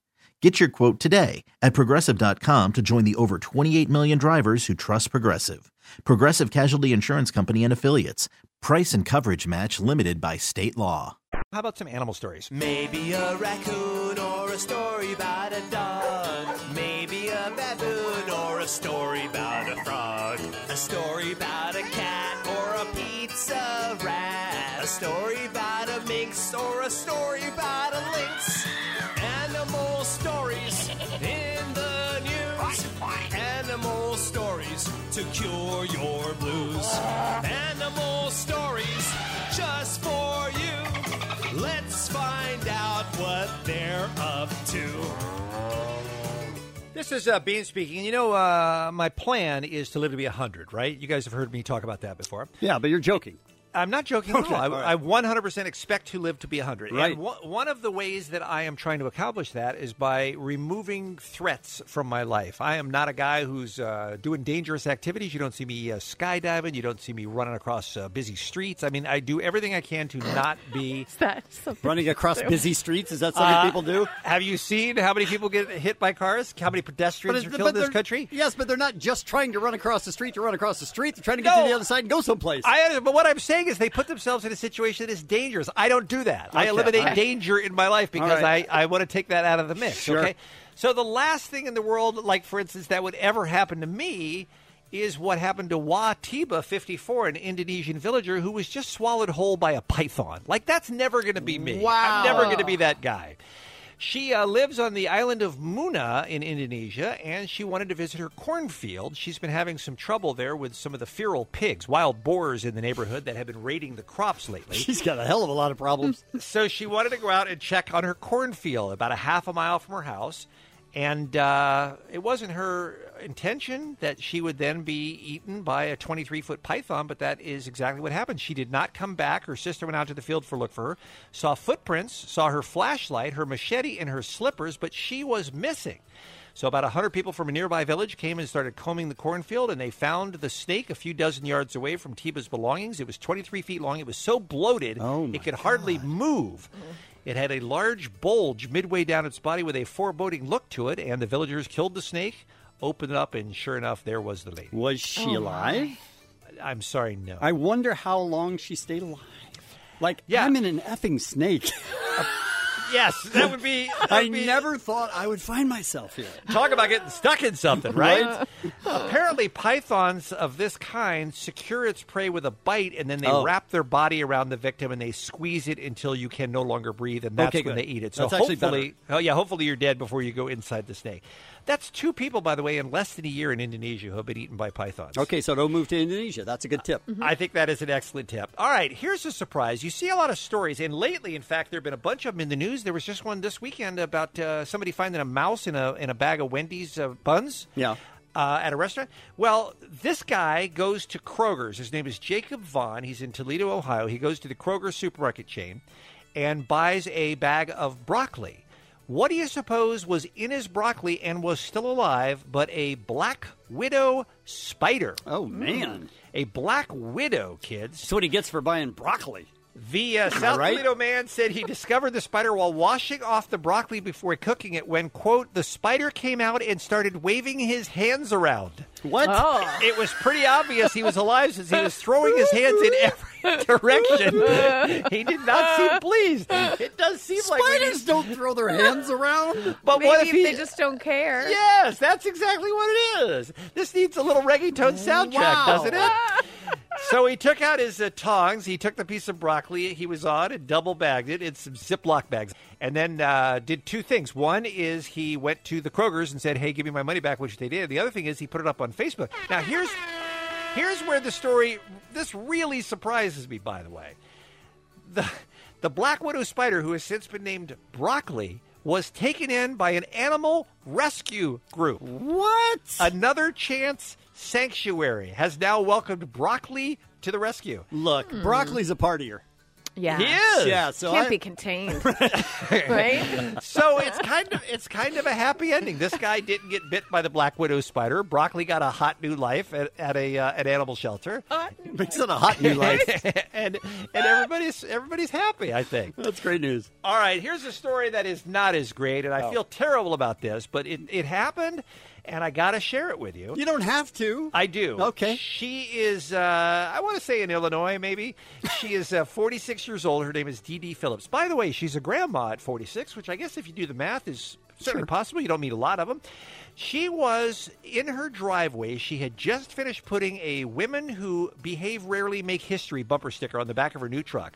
Get your quote today at progressive.com to join the over 28 million drivers who trust Progressive. Progressive Casualty Insurance Company and Affiliates. Price and coverage match limited by state law.
How about some animal stories?
Maybe a raccoon or a story about a dog. Maybe a baboon or a story about a frog. A story about a cat or a pizza rat. A story about a minx or a story about a lynx. Animal stories in the news. Animal stories to cure your blues. Animal stories just for you. Let's find out what they're up to.
This is uh, Bean speaking. You know, uh, my plan is to live to be 100, right? You guys have heard me talk about that before.
Yeah, but you're joking.
I'm not joking at
Okay,
all. I,
all right.
I 100% expect to live to be 100.
Right.
And one, one of the ways that I am trying to accomplish that is by removing threats from my life. I am not a guy who's uh, doing dangerous activities. You don't see me uh, skydiving. You don't see me running across uh, busy streets. I mean, I do everything I can to not be
Running across busy streets, is that something
Uh,
people do?
Have you seen how many people get hit by cars? How many pedestrians are
it's-
killed in this
they're-
country?
Yes, but they're not just trying to run across the street to run across the street. They're trying to get to the other side and go someplace.
I, but what I'm saying is they put themselves in a situation that is dangerous. I don't do that. I
Okay,
eliminate
all right.
danger in my life because
right.
I, I want to take that out of the mix.
Sure.
Okay. So the last thing in the world, like for instance, that would ever happen to me is what happened to Wa Tiba 54, an Indonesian villager who was just swallowed whole by a python. Like that's never going to be me.
Wow.
I'm never going to be that guy. She uh, lives on the island of Muna in Indonesia, and she wanted to visit her cornfield. She's been having some trouble there with some of the feral pigs, wild boars in the neighborhood that have been raiding the crops lately.
She's got a hell of a lot of problems.
so she wanted to go out and check on her cornfield about a half a mile from her house. And uh, it wasn't her intention that she would then be eaten by a 23 foot python, but that is exactly what happened. She did not come back. Her sister went out to the field for look for her, saw footprints, saw her flashlight, her machete, and her slippers, but she was missing. So about 100 people from a nearby village came and started combing the cornfield, and they found the snake a few dozen yards away from Tiba's belongings. It was 23 feet long. It was so bloated it could hardly move. It had a large bulge midway down its body with a foreboding look to it, and the villagers killed the snake, opened it up, and sure enough, there was the lady.
Was she
Oh,
alive?
I'm sorry, no.
I wonder how long she stayed alive. Like, I'm in an effing snake.
Uh, yes, that would be.
I never thought I would find myself here.
Talk about getting stuck in something, right? Apparently, pythons of this kind secure its prey with a bite, and then they
Oh.
wrap their body around the victim and they squeeze it until you can no longer breathe, and that's
Okay,
when
good.
they eat it. So
That's actually
hopefully, oh yeah, hopefully you're dead before you go inside the snake. That's two people, by the way, in less than a year in Indonesia who have been eaten by pythons. Uh,
Okay, so don't move to Indonesia. That's a good tip.
I think that is an excellent tip. All right, here's a surprise. You see a lot of stories, and lately, in fact, there have been a bunch of them in the news. There was just one this weekend about uh, somebody finding a mouse in a in a bag of Wendy's uh, buns. Yeah. Uh, at a restaurant. Well, this guy goes to Kroger's. His name is Jacob Vaughn. He's in Toledo, Ohio. He goes to the Kroger supermarket chain and buys a bag of broccoli. What do you suppose was in his broccoli and was still alive but a black widow spider?
Oh, man.
A black widow, kids. That's
what he gets for buying broccoli.
The uh,
Am I
South
right?
Toledo man said he discovered the spider while washing off the broccoli before cooking it when, quote, the spider came out and started waving his hands around.
What?
It was pretty obvious he was alive since he was throwing his hands in every direction. he did not seem pleased. It does seem like when
Spiders
he-
don't throw their hands around.
But
Maybe
what if he
they just don't care?
Yes, that's exactly what it is. This needs a little
Oh,
reggaeton soundtrack,
Wow.
doesn't it? so he took out his uh, tongs, he took the piece of broccoli he was on and double bagged it in some Ziploc bags, and then uh, did two things. One is he went to the Kroger's and said, "Hey, give me my money back," which they did. The other thing is he put it up on Facebook. Now here's here's where the story this really surprises me. By the way, the the black widow spider, who has since been named Broccoli, was taken in by an animal rescue group.
What?
Another chance sanctuary has now welcomed Broccoli to the rescue.
Look,
Hmm.
broccoli's a partier.
Yeah.
He is. Yeah, so
Can't
I-
be contained. right?
so it's kind of it's kind of a happy ending. This guy didn't get bit by the black widow spider. Broccoli got a hot new life at, at a uh, an animal shelter.
Makes it a hot new life.
and and everybody's everybody's happy. I think
that's great news. Oh.
All right, here's a story that is not as great, and I feel terrible about this, but it, it happened, and I got to share it with you.
You don't have to.
I do. Okay. She is, uh, I want to say in Illinois, maybe. She is uh, 46 years old. Her name is Dee Dee Phillips. By the way, she's a grandma at 46, which I guess if you do the math is certainly possible. You don't meet a lot of them. She was in her driveway. She had just finished putting a Women Who Behave Rarely Make History bumper sticker on the back of her new truck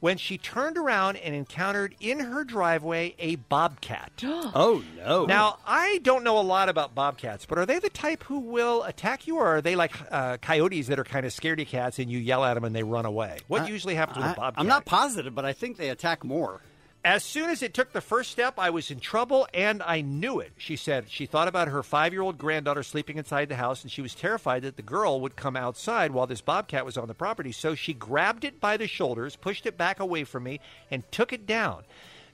when she turned around and encountered in her driveway a bobcat.
oh no!
Now I don't know a lot about bobcats, but are they the type who will attack you, or are they like uh, coyotes that are kind of scaredy cats and you yell at them and they run away? What
I-
usually happens with
I-
a bobcat?
I'm not positive, but I think they attack more.
As soon as it took the first step, I was in trouble and I knew it. She said she thought about her five year old granddaughter sleeping inside the house and she was terrified that the girl would come outside while this bobcat was on the property. So she grabbed it by the shoulders, pushed it back away from me, and took it down.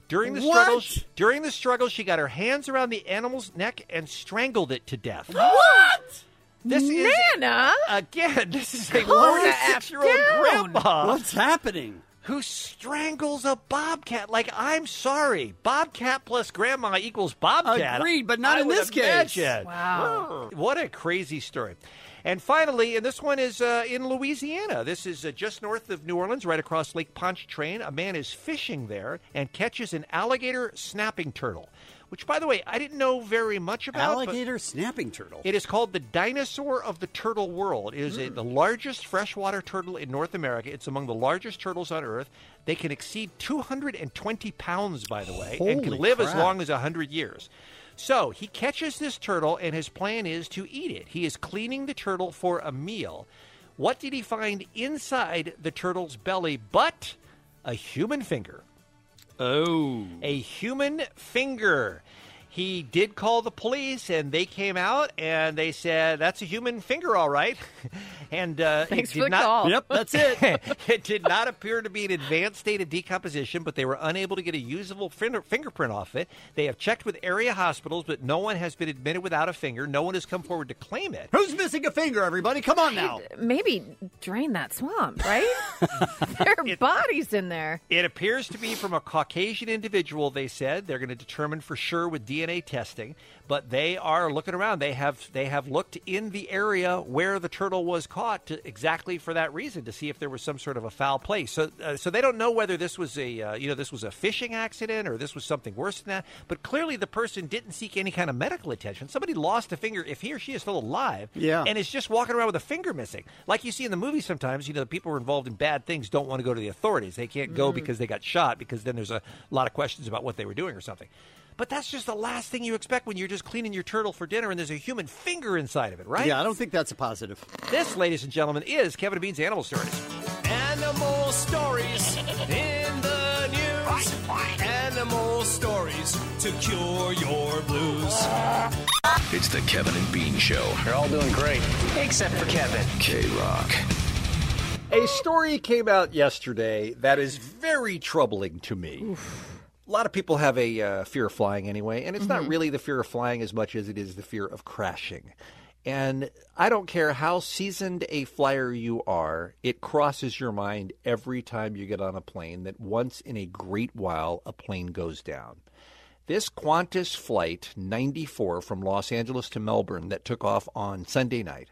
During the struggle,
What?
during the struggle, she got her hands around the animal's neck and strangled it to death.
What?
This is
Nana?
again. This is a
Calm the F
46-year-old
down.
grandma.
What's happening?
Who strangles a bobcat? Like I'm sorry, bobcat plus grandma equals bobcat.
Agreed, but not
I
in
would
this case.
imagine.
Wow.
What a crazy story. And finally, and this one is uh, in Louisiana. This is uh, just north of New Orleans, right across Lake Pontchartrain. A man is fishing there and catches an alligator snapping turtle, which, by the way, I didn't know very much about. but-
Alligator snapping turtle. Hmm.
it is called the dinosaur of the turtle world. It is a, the largest freshwater turtle in North America. It's among the largest turtles on Earth. They can exceed 220 pounds, by the way, and
Holy
can live as
crap.
long as 100 years. So he catches this turtle, and his plan is to eat it. He is cleaning the turtle for a meal. What did he find inside the turtle's belly but a human finger?
Oh.
A human finger. He did call the police, and they came out and they said, "That's a human finger, all right." and uh,
Thanks
it
for
did
the
not,
call. Yep, that's
it. it did not appear to be an advanced state of decomposition, but they were unable to get a usable fin- fingerprint off it. They have checked with area hospitals, but no one has been admitted without a finger. No one has come forward to claim it.
Who's missing a finger, everybody? Come on now.
Maybe drain that swamp, right? there are bodies in there.
It appears to be from a Caucasian individual, they said. They're going to determine for sure with DNA testing, but they are looking around. They have they have looked in the area where the turtle was caught to, exactly for that reason to see if there was some sort of a foul play. So uh, so they don't know whether this was a uh, you know this was a fishing accident or this was something worse than that, but clearly the person didn't seek any kind of medical attention. Somebody lost a finger if he or she is still alive.
Yeah.
And is just walking around with a finger missing. Like you see in the movie sometimes, you know, the people who are involved in bad things don't want to go to the authorities. They can't go
Mhm.
because they got shot because then there's a lot of questions about what they were doing or something. But that's just the last thing you expect when you're just cleaning your turtle for dinner and there's a human finger inside of it, right?
Yeah, I don't think that's a positive.
This, ladies and gentlemen, is Kevin and Bean's Animal Stories.
Animal stories in the news. Animal stories to cure your blues.
It's the Kevin and Bean Show. You're all doing great, except for Kevin. K Rock.
A story came out yesterday that is very troubling to me. A lot of people have a uh, fear of flying anyway, and it's not
Mhm.
really the fear of flying as much as it is the fear of crashing. And I don't care how seasoned a flyer you are, it crosses your mind every time you get on a plane that once in a great while a plane goes down. This Qantas flight 94 from Los Angeles to Melbourne that took off on Sunday night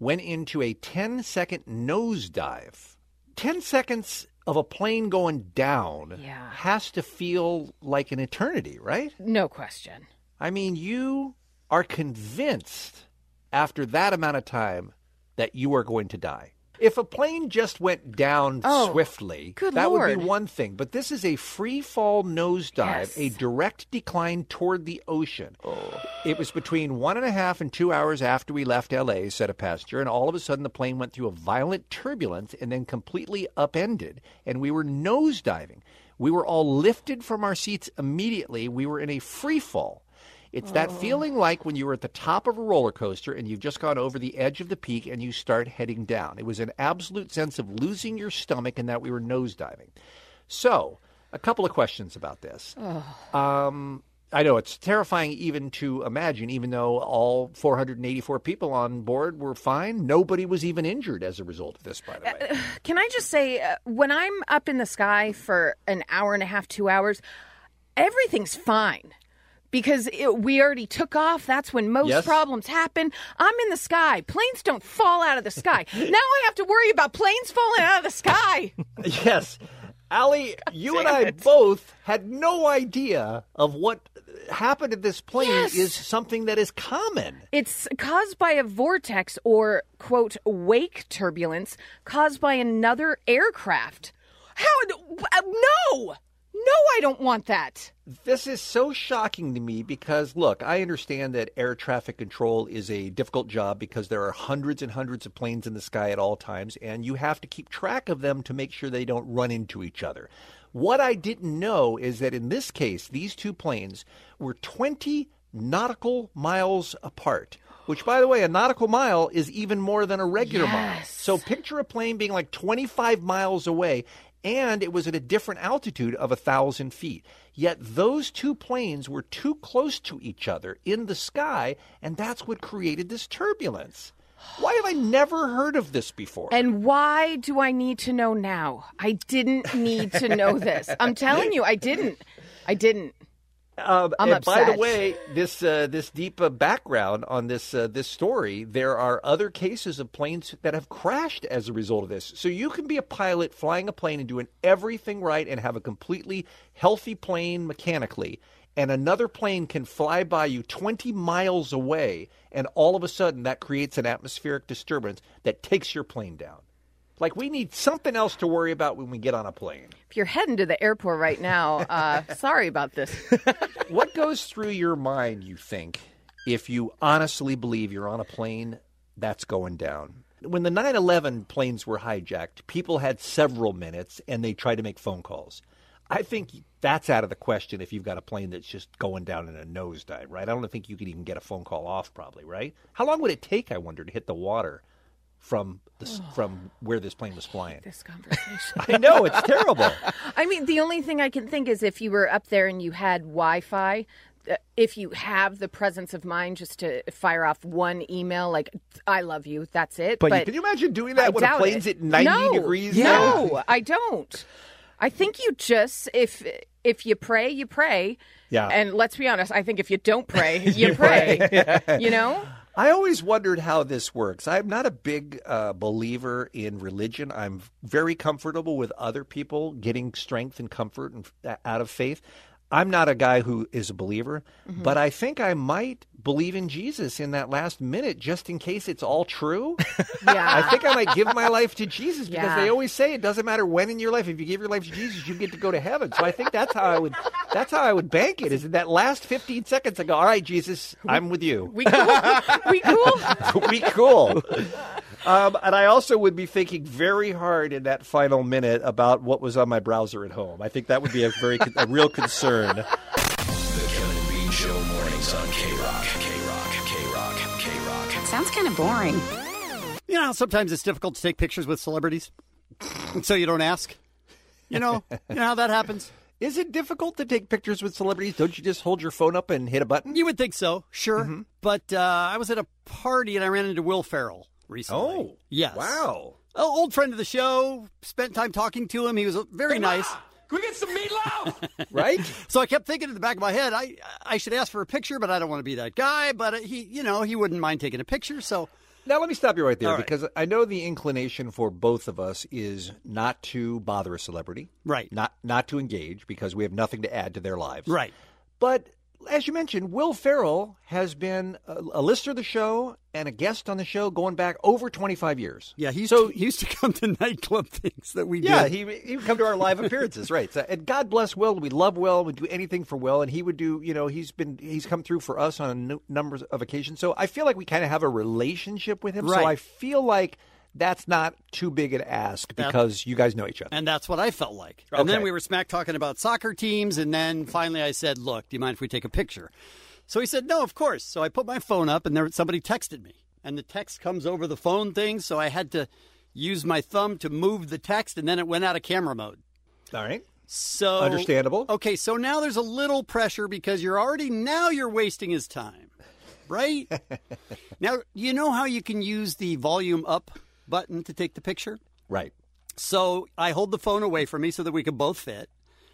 went into a 10 second nosedive 10 seconds of a plane going down
Yeah.
has to feel like an eternity, right?
No question.
I mean, you are convinced after that amount of time that you are going to die. If a plane just went down
Oh,
swiftly,
good
that would
Lord.
be one thing, but this is a free fall nosedive,
Yes. Oh.
a direct decline toward the ocean. It was between one and a half and two hours after we left LA, said a passenger, and all of a sudden the plane went through a violent turbulence and then completely upended, and we were nosediving. We were all lifted from our seats immediately. We were in a free fall. It's that
Oh.
feeling like when you were at the top of a roller coaster and you've just gone over the edge of the peak and you start heading down. It was an absolute sense of losing your stomach and that we were nosediving. So, a couple of questions about this. Um, I know it's terrifying even to imagine, even though all 484 people on board were fine. Nobody was even injured as a result of this, by the way.
Uh, Can I just say, uh, when I'm up in the sky for an hour and a half, two hours, everything's fine because it, we already took off. That's when most
Yes.
problems happen. I'm in the sky. Planes don't fall out of the sky. now I have to worry about planes falling out of the sky.
yes. Allie, you and I both had no idea of what happened to this plane is something that is common.
It's caused by a vortex or, quote, wake turbulence caused by another aircraft. How? uh, No! No, I don't want that.
This is so shocking to me because, look, I understand that air traffic control is a difficult job because there are hundreds and hundreds of planes in the sky at all times, and you have to keep track of them to make sure they don't run into each other. What I didn't know is that in this case, these two planes were 20 nautical miles apart. Which, by the way, a nautical mile is even more than a regular mile. So picture a plane being like 25 miles away, and it was at a different altitude of 1,000 feet. Yet those two planes were too close to each other in the sky, and that's what created this turbulence. Why have I never heard of this before?
And why do I need to know now? I didn't need to know this. I'm telling you, I didn't. I didn't.
Um,
I'm
and by the
upset.
way, this uh, this deep uh, background on this uh, this story, there are other cases of planes that have crashed as a result of this. So you can be a pilot flying a plane and doing everything right and have a completely healthy plane mechanically, and another plane can fly by you 20 miles away, and all of a sudden that creates an atmospheric disturbance that takes your plane down. Like we need something else to worry about when we get on a plane.
If you're heading to the airport right now, uh, sorry about this.
what goes through your mind, you think, if you honestly believe you're on a plane that's going down? When the 9 11 planes were hijacked, people had several minutes and they tried to make phone calls. I think that's out of the question if you've got a plane that's just going down in a nosedive, right? I don't think you could even get a phone call off, probably, right? How long would it take, I wonder, to hit the water from the, s from where this plane was flying?
This conversation.
I know, it's terrible.
I mean, the only thing I can think is if you were up there and you had Wi Fi, if you have the presence of mind just to fire off one email, like, I love you, that's it.
But you- can you imagine doing that
I
when a
doubt
plane's
it.
at 90
No,
degrees
No,
now?
I don't. I think you just, if if you pray, you pray.
Yeah.
And let's be honest, I think if you don't pray, you, pray. You know?
I always wondered how this works. I'm not a big uh, believer in religion. I'm very comfortable with other people getting strength and comfort and, out of faith. I'm not a guy who is a believer,
Mm-hmm.
Mhm.
but I think I might believe in Jesus in that last minute just in case it's all true.
Yeah.
I think I might give my life to Jesus because
Yeah.
they always say it doesn't matter when in your life if you give your life to Jesus you get to go to heaven. So I think that's how I would that's how I would bank it is in that last 15 seconds I go all right Jesus I'm with you.
We cool. we cool.
we cool. Um, and I also would be thinking very hard in that final minute about what was on my browser at home. I think that would be a very a real concern.
The Kevin and Bean Show mornings on K Rock. K Rock. K Rock. K Rock.
Sounds kind of boring. You know, how sometimes it's difficult to take pictures with celebrities, and so you don't ask. You know, you know how that happens.
Is it difficult to take pictures with celebrities? Don't you just hold your phone up and hit a button? Mm-hmm.
You would think so, sure. But uh, I was at a party and I ran into Will Ferrell recently.
Oh,
yes.
wow.
An old friend of the show. Spent time talking to him. He was uh, very nice.
Can we get some meatloaf?
right?
So I kept thinking in the back of my head, uh, I I should ask for a picture, but I don't want to be that guy. But he, you know, he wouldn't mind taking a picture. So
Now let me stop you right there
All right.
because I know the inclination for both of us is not to bother a celebrity,
right?
Not not to engage because we have nothing to add to their lives,
Right.
But as you mentioned, Will Farrell has been a, a listener of the show and a guest on the show going back over 25 years.
Yeah, he used, so, to, he used to come to nightclub things that we
yeah,
did.
he he would come to our live appearances, right? So, and God bless Will. We love Will. We do anything for Will, and he would do. You know, he's been he's come through for us on a nu- numbers of occasions. So I feel like we kind of have a relationship with him. So
Right.
I feel like that's not too big an ask
That-
because you guys know each other.
And that's what I felt like. And then
Okay.
we were smack talking about soccer teams. And then finally I said, Look, do you mind if we take a picture? So he said, No, of course. So I put my phone up and there somebody texted me. And the text comes over the phone thing. So I had to use my thumb to move the text. And then it went out of camera mode.
All right.
So
Understandable.
Okay. So now there's a little pressure because you're already, now you're wasting his time, right? now, you know how you can use the volume up button to take the picture?
Right.
So I hold the phone away from me so that we can both fit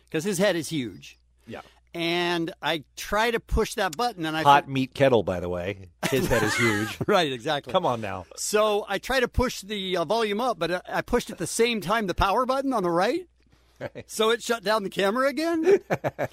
because his head is huge.
Yeah.
And I try to push that button and I
Hot meat kettle, by the way. His head is huge.
right, exactly.
Come on now.
So I try to push the uh, volume up, but I- I pushed at the same time the power button on the right. So it shut down the camera again.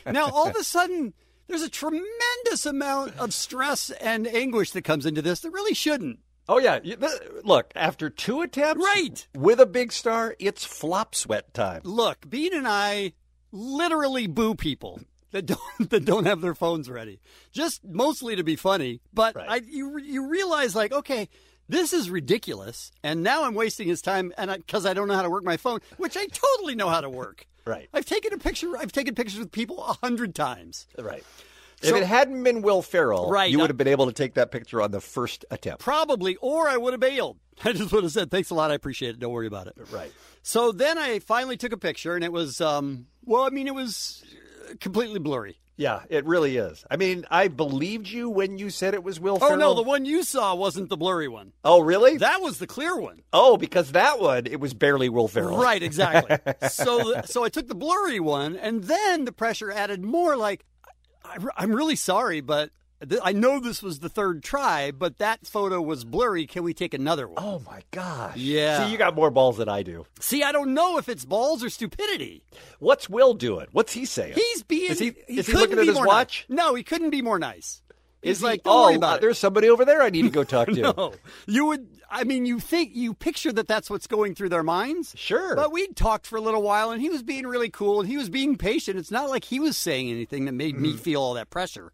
now all of a sudden, there's a tremendous amount of stress and anguish that comes into this that really shouldn't.
Oh yeah, You- th- look after two attempts,
right?
With a big star, it's flop sweat time.
Look, Bean and I literally boo people that don't that don't have their phones ready, just mostly to be funny. But I, you you realize like, okay, this is ridiculous, and now I'm wasting his time, and because I, don't know how to work my phone, which I totally know how to work.
Right.
I've taken a picture. I've taken pictures with people a hundred times.
Right.
So-
if it hadn't been Will Ferrell,
Right,
you
uh,
would have been able to take that picture on the first attempt.
Probably, or I would have bailed. I just would have said, "Thanks a lot, I appreciate it. Don't worry about it."
Right.
So then I finally took a picture, and it was, um, well, I mean, it was uh, completely blurry.
Yeah, it really is. I mean, I believed you when you said it was Will
Oh
Ferrell.
no, the one you saw wasn't the blurry one.
Oh, really?
That was the clear one.
Oh, because that one, it was barely Will Ferrell.
Right, exactly. so, so I took the blurry one, and then the pressure added more. Like, I, am really sorry, but th- I know this was the third try, but that photo was blurry. Can we take another one?
Oh my gosh!
Yeah.
See, you got more balls than I do.
See, I don't know if it's balls or stupidity.
What's Will doing? What's he saying?
He's being.
Is he,
he
is he
couldn't
looking
be
at his
more
watch?
Nice. No, he couldn't be more nice. He's
Is he-
like, don't worry
"Oh,
about
uh,
it."
there's somebody over there I need to go talk to.
No, you would. I mean, you think you picture that that's what's going through their minds. Sure. But we talked for a little while, and he was being really cool, and he was being patient. It's not like he was saying anything that made
Mm-hmm.
me feel all that pressure.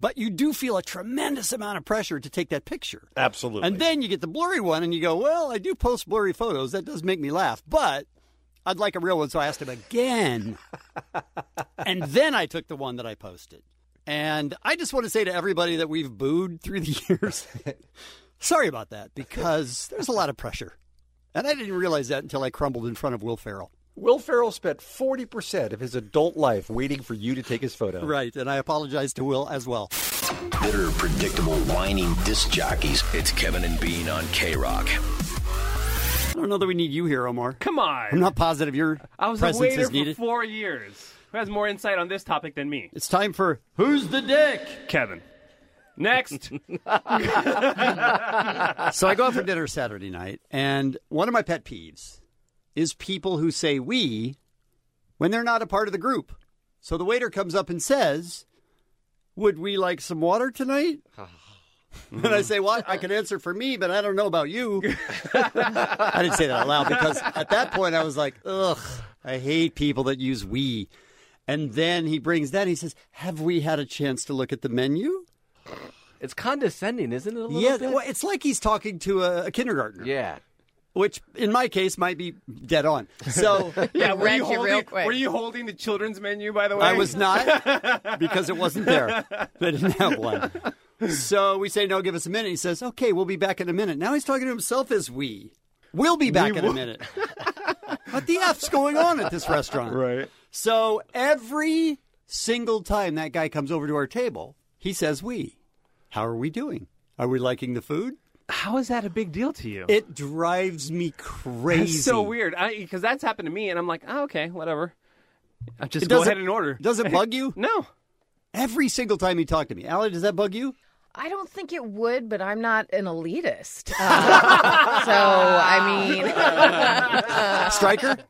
But you do feel a tremendous amount of pressure to take that picture.
Absolutely.
And then you get the blurry one, and you go, "Well, I do post blurry photos. That does make me laugh, but." I'd like a real one, so I asked him again. and then I took the one that I posted. And I just want to say to everybody that we've booed through the years, sorry about that, because there's a lot of pressure. And I didn't realize that until I crumbled in front of Will Farrell.
Will Ferrell spent forty percent of his adult life waiting for you to take his photo.
Right, and I apologize to Will as well.
Bitter, predictable, whining disc jockeys. It's Kevin and Bean on K Rock.
I don't know that we need you here, Omar.
Come on.
I'm not positive your
I was
presence
a waiter
is needed.
for four years. Who has more insight on this topic than me?
It's time for Who's the Dick?
Kevin. Next.
so I go out for dinner Saturday night, and one of my pet peeves is people who say we when they're not a part of the group. So the waiter comes up and says, Would we like some water tonight? And I say, Well, I can answer for me, but I don't know about you. I didn't say that out loud because at that point I was like, Ugh, I hate people that use we. And then he brings that and he says, Have we had a chance to look at the menu?
It's condescending, isn't it? A little
yeah,
bit?
well, it's like he's talking to a, a kindergartner.
Yeah.
Which in my case might be dead on. So
yeah, were you, holding, were you holding the children's menu, by the way?
I was not because it wasn't there. They didn't have one. So we say, no, give us a minute. He says, okay, we'll be back in a minute. Now he's talking to himself as we. We'll be back
We
in a
will-
minute. what the F's going on at this restaurant? Right. So every single time that guy comes over to our table, he says, we. How are we doing? Are we liking the food?
How is that a big deal to you?
It drives me crazy.
That's so weird. Because that's happened to me, and I'm like, oh, okay, whatever. I just
It
go
doesn't-
ahead and order.
Does it bug you?
no.
Every single time you talk to me, Allie, does that bug you?
I don't think it would, but I'm not an elitist. Uh, so, I mean, uh,
Striker?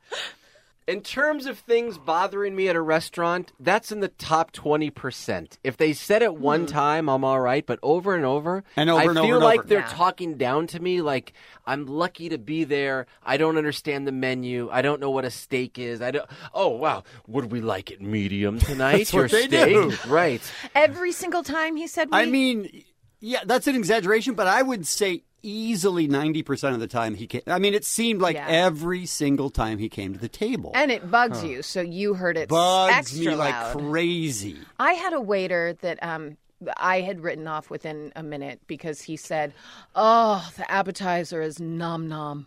In terms of things bothering me at a restaurant, that's in the top 20%. If they said it one time, I'm all right, but over and over,
And over
I
and
feel
over and
like
over.
they're
Yeah.
talking down to me like I'm lucky to be there. I don't understand the menu. I don't know what a steak is. I don't Oh, wow. Would we like it medium tonight?
That's
Your
what they
steak?
do.
Right.
every single time he said,
I
we-
mean, yeah, that's an exaggeration, but I would say easily 90% of the time he came. I mean, it seemed like
Yeah.
every single time he came to the table.
and it bugs
Huh.
you, so you heard it
Bugs
extra
me like
loud.
crazy.
I had a waiter that um, I had written off within a minute because he said, "Oh, the appetizer is nom nom,"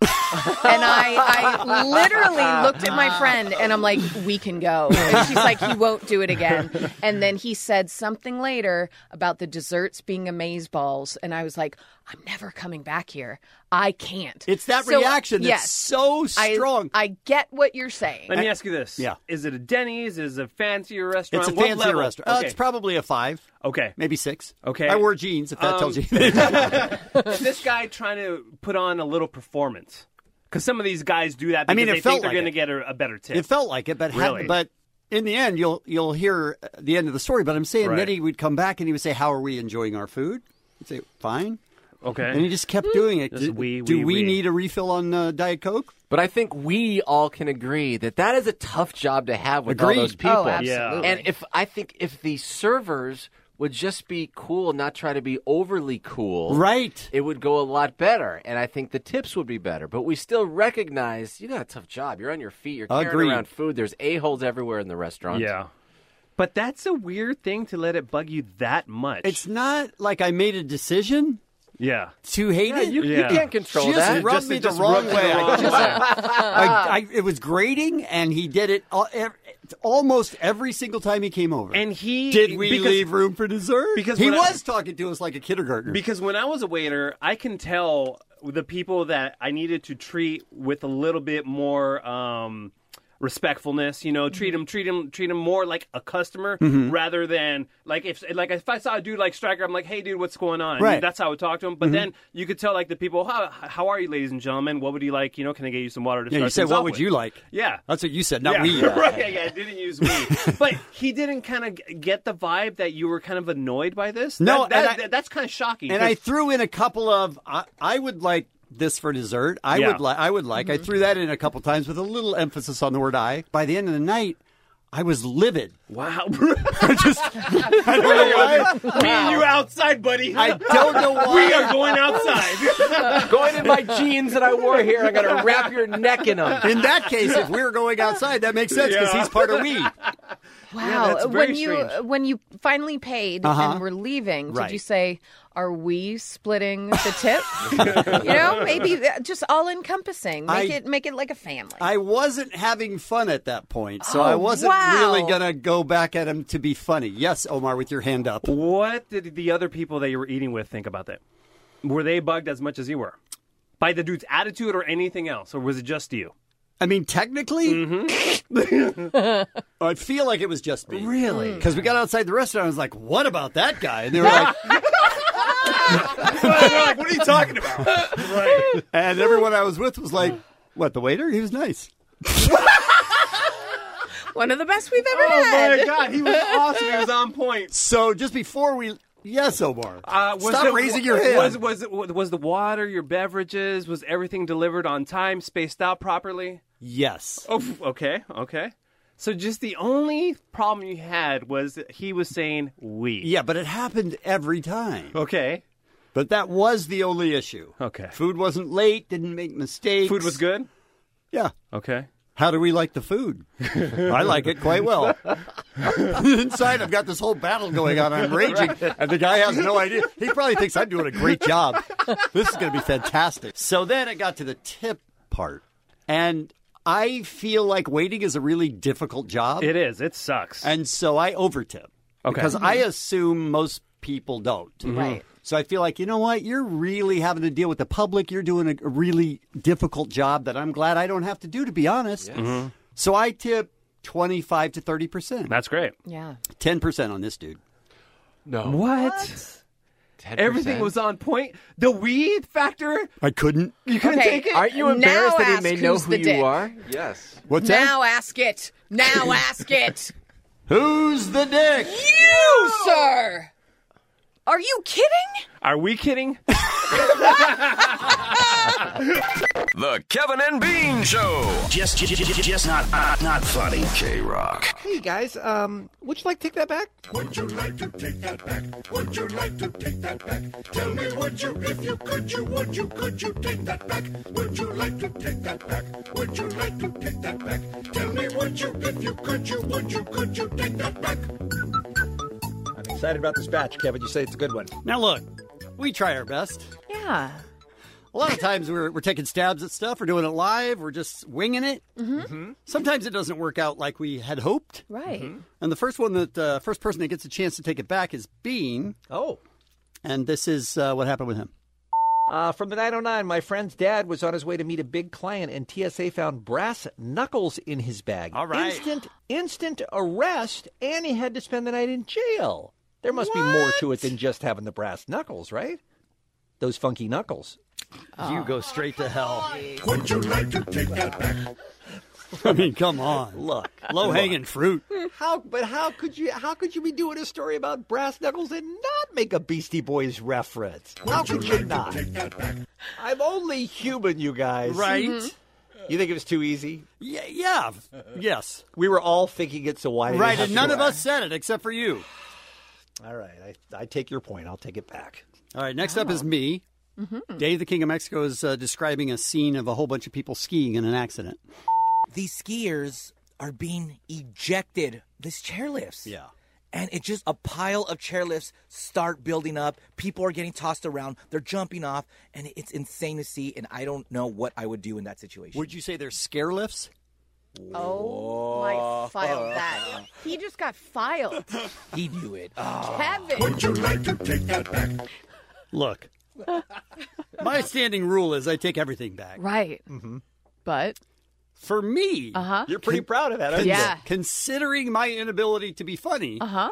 and I, I literally looked at my friend and I'm like, "We can go," and she's like, "He won't do it again." And then he said something later about the desserts being amaze balls, and I was like, "I'm never coming back here. I can't."
It's that
So,
reaction that's
yes,
so
I-
strong.
I, get what you're saying.
Let me ask you this.
Yeah.
Is it a Denny's? Is it a fancier restaurant?
It's a
What
fancier
level?
restaurant. Uh,
Okay.
it's probably a five.
Okay.
Maybe six.
Okay.
I wore jeans, if that tells
um,
you.
this guy trying to put on a little performance. Because some of these guys do that because
I mean, it
they
felt
think they're
like
going to
it.
get a, a better tip.
It felt like it, but had-
Really?
but in the end, you'll you'll hear uh, the end of the story. But I'm saying
Right.
then he would come back and he would say, "How are we enjoying our food?" I'd say, "Fine."
Okay.
And he just kept doing it.
Just
Do,
we,
do
we,
we,
we.
need a refill on uh, Diet Coke?
But I think we all can agree that that is a tough job to have with
Agreed.
all those people.
Oh, absolutely.
And if I think if the servers would just be cool, not try to be overly cool,
right?
It would go a lot better, and I think the tips would be better. But we still recognize you got a tough job. You're on your feet. You're carrying
Agreed.
around food. There's a holes everywhere in the restaurant.
Yeah. But that's a weird thing to let it bug you that much.
It's not like I made a decision
yeah.
to hate
Yeah,
it.
you- you Yeah. can't control
just
that.
Rubbed
Just-
me
it
the
just
wrong
rubbed you the
way.
wrong
I just-
way.
I- I- it was grating, and he did it all, ev- almost every single time he came over.
And he
did we
because-
leave room for dessert?
because
he
when I-
was talking to us like a kindergartner.
Because when I was a waiter, I can tell the people that I needed to treat with a little bit more um, respectfulness. You know,
Mm-hmm.
treat them, treat them, treat them more like a customer
Mhm.
rather than like if like if I saw a dude like Striker, I'm like, hey, dude, what's going on?
Right.
That's how I would talk to him. But
Mhm.
then you could tell like the people, how, how are you, ladies and gentlemen? What would you like? You know, can I get you some water to
yeah,
start
you said,
things
"What
off
would
with?"
you like?"
Yeah.
that's what you said, not
yeah.
we.
right, yeah, yeah, I didn't use we. but he didn't kind of get the vibe that you were kind of annoyed by this.
No,
That- that-
and I-
that- that's kind of shocking.
And I
'cause-
threw in a couple of I, I would like this for dessert. I
Yeah.
would like I would like.
Mm-hmm.
I threw that in a couple times with a little emphasis on the word I. By the end of the night, I was livid.
Wow.
I don't know why.
Me and you outside, buddy.
I don't know why.
We are going outside.
going in my jeans that I wore here. I'm gonna wrap your neck in them.
In that case, if we were going outside, that makes sense because
Yeah.
he's part of we.
Wow. uh,
that's very
when you
strange.
when you finally paid
Uh-huh.
and were leaving,
Right.
did you say, "Are we splitting the tip?" you know, maybe th- just all encompassing. Make
I-
it make it like a family.
I wasn't having fun at that point, so
Oh,
I wasn't
wow.
really gonna go back at him to be funny. Yes, Omar, with your hand up.
what did the other people that you were eating with think about that? Were they bugged as much as you were? By the dude's attitude or anything else? Or was it just you?
I mean, technically,
Mm-hmm.
I feel like it was just me. Really? Because we got outside the restaurant, I was like, "What about that guy?" And they were like,
"What are you talking about?"
right. And everyone I was with was like, "What? The waiter? He was nice."
One of the best we've ever
Oh
had.
my God, he was awesome. He was on point.
So just before we, yes, Omar,
Uh, was
stop
the-
raising your hand.
Was, was, was, was the water, your beverages, was everything delivered on time, spaced out properly?
yes.
Oh, f- okay, okay. So just the only problem you had was that he was saying we.
Yeah, but it happened every time.
Okay.
But that was the only issue.
Okay.
Food wasn't late. Didn't make mistakes.
Food was good?
Yeah.
Okay.
How do we like the food? I like it quite well. Inside, I've got this whole battle going on. I'm raging, and the guy has no idea. He probably thinks I'm doing a great job. This is going to be fantastic. So then it got to the tip part, and I feel like waiting is a really difficult job.
It is. It sucks.
And so I overtip
Okay. Mm-hmm.
because I assume most people don't.
Right.
So I feel like, you know what? You're really having to deal with the public. You're doing a really difficult job that I'm glad I don't have to do, to be honest.
Mhm.
So I tip 25 to 30%.
That's great.
Yeah.
10% on this dude.
No.
What? Everything was on point. The weed factor.
I couldn't.
You couldn't
Okay,
take it.
Aren't you now embarrassed that he ask may know who's who the you dick. are?
Yes.
What's that?
now ask it. Now ask it.
Who's the dick?
You, sir. Are you kidding?
Are we kidding?
The Kevin and Bean Show. Just, just, just not, not funny. K Rock.
Hey guys, um, would you like to take that back?
Would you like to take that back? Would you like to take that back? Tell me, would you, if you could, you would you, could you take that back? Would you like to take that back? Would you like to take that back? Tell me, would you, if you could, you would you, could you take that back?
I'm excited about this batch, Kevin. You say it's a good one.
Now look, we try our best.
Yeah.
A lot of times we're, we're taking stabs at stuff, we're doing it live, we're just winging it.
Mm-hmm.
Sometimes it doesn't work out like we had hoped.
Right.
And the first one that uh, first person that gets a chance to take it back is Bean.
Oh.
And this is uh, what happened with him.
Uh, from the 909, my friend's dad was on his way to meet a big client, and TSA found brass knuckles in his bag. All
right.
Instant, instant arrest, and he had to spend the night in jail. There must be more to it than just having the brass knuckles, right? Those funky knuckles.
You go straight to hell.
Would you like to take that back?
I mean, come on.
Look,
low hanging fruit.
How? But how could you? How could you be doing a story about brass knuckles and not make a Beastie Boys reference? How could you not? I'm only human, you guys.
Right? Mhm.
You think it was too easy?
Yeah, yeah. Yes.
We were all thinking it, so why? did it
right,
have
and
to
none of
act?
us said it except for you.
All right, I, I take your point. I'll take it back.
All right, next up is me. Dave, the King of Mexico, is uh, describing a scene of a whole bunch of people skiing in an accident.
These skiers are being ejected. These chairlifts. Yeah. And it's just a pile of chairlifts start building up. People are getting tossed around. They're jumping off, and it's insane to see. And I don't know what I would do in that situation.
Would you say they're scare lifts?
Oh, my
Uh.
filed that. He just got filed.
He knew it.
Kevin.
Take that back.
Look, my standing rule is I take everything back.
Right. But
For me,
Uh-huh.
Mm-hmm. You're pretty proud of that, aren't you?
yeah. Considering my inability to be funny,
uh-huh.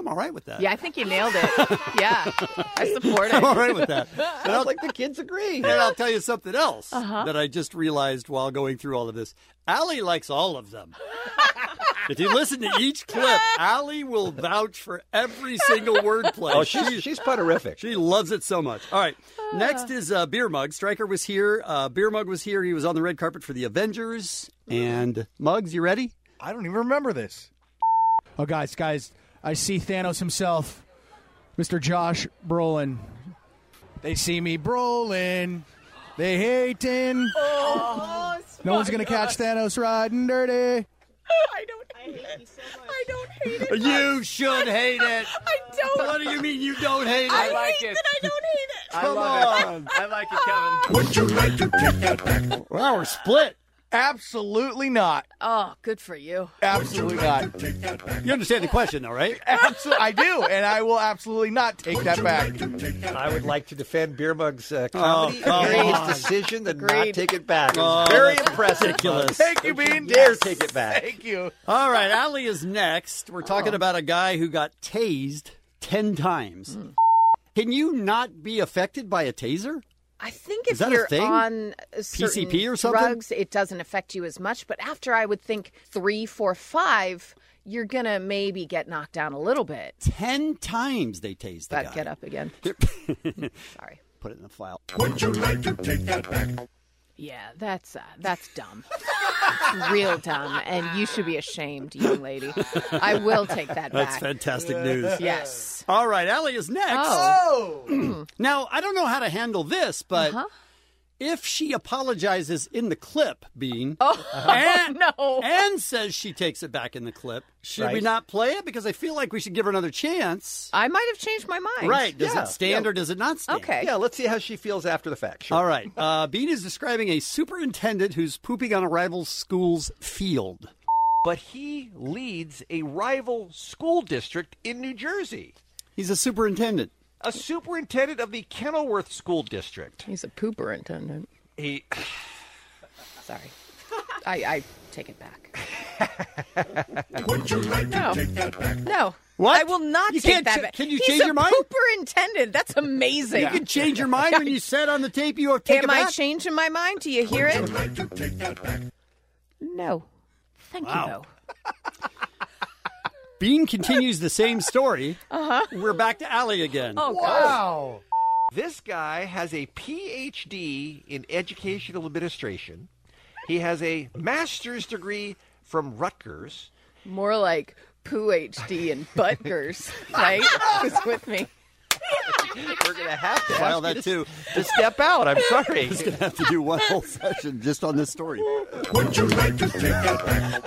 I'm all right with that.
Yeah, I think you nailed it. yeah. I support it.
I'm all right with that. And I'll,
the kids agree.
and I'll tell you something else
Uh-huh.
that I just realized while going through all of this. Allie likes all of them. if you listen to each clip, Allie will vouch for every single wordplay.
Oh, she's- she's putterific.
She loves it so much. All right. Next is uh, Beer Mug. Stryker was here. Uh, Beer Mug was here. He was on the red carpet for the Avengers. And Muggs, you ready?
I don't even remember this. Oh, guys, guys, I see Thanos himself, Mr. Josh Brolin. They see me Brolin. They hating.
Oh,
no one's gonna catch Thanos riding dirty.
I don't hate I it. I don't hate it.
You should hate it.
I don't.
What do you mean you don't hate it?
I,
I like
hate
it.
that I don't hate
Come
it.
on.
I like it, Kevin.
Would you like to take that back?
Wow, we're split. Absolutely not.
Oh, good for you.
Absolutely not.
You understand the question, though, right?
Absolutely, I do, and I will absolutely not take that back.
I would like to defend Beer Mug's uh,
Oh,
comedy
come
and
on.
his decision to not take it back. It
Oh,
was very
that's
impressive.
ridiculous.
Thank you, Bean. Dare take it back.
Thank you.
All right, Allie is next. We're
Oh.
talking about a guy who got tased 10 times.
Hmm.
Can you not be affected by a taser?
I think
Is
if
that a
you're
thing?
on a certain
PCP or something?
drugs, it doesn't affect you as much. But after I would think three, four, five, you're gonna maybe get knocked down a little bit.
10 times they tased the
But
guy.
get up again.
Sorry. Put it in the file.
Would you like to take that back?
Yeah, that's uh, that's dumb. It's Real dumb, and you should be ashamed, young lady. I will take that
That's
back.
fantastic news.
Yes.
All right, Allie is next.
Oh. Uh-huh.
now, I don't know how to handle this, but if she apologizes in the clip, Bean, and,
Oh, no.
and says she takes it back in the clip, should we
Right.
not play it? Because I feel like we should give her another chance.
I might have changed my mind.
Right. Does
Yeah,
it stand
yeah.
or does it not stand?
Okay.
Yeah, let's see how she feels after the fact. Sure.
All right. Uh, Bean is describing a superintendent who's pooping on a rival school's field.
But he leads a rival school district in New Jersey.
He's a superintendent.
A superintendent of the Kenilworth School District.
He's a pooper intendant.
He
Sorry. I, I take it back.
Would you like to take that back?
No.
What?
I will not
You
take
can't
that
cha-
back.
can you
He's
change
a
your mind?
Superintendent. That's amazing.
You can change your mind when you said on the tape you have
Am
taken
I
back.
changing my mind? Do you hear
Would
it?
you like to take that back?
No. Thank you,
Wow.
though.
Bean continues the same story. Uh-huh. We're back to Allie again.
Oh, God. Wow. This guy has a PhD in educational administration. He has a master's degree from Rutgers.
More like PhD and Butgers, right? It's with me.
We're going to have to
File
ask
that
you to-
too.
to step out. I'm sorry.
He's gonna have to do one whole session just on this story.
Would you like to take that back?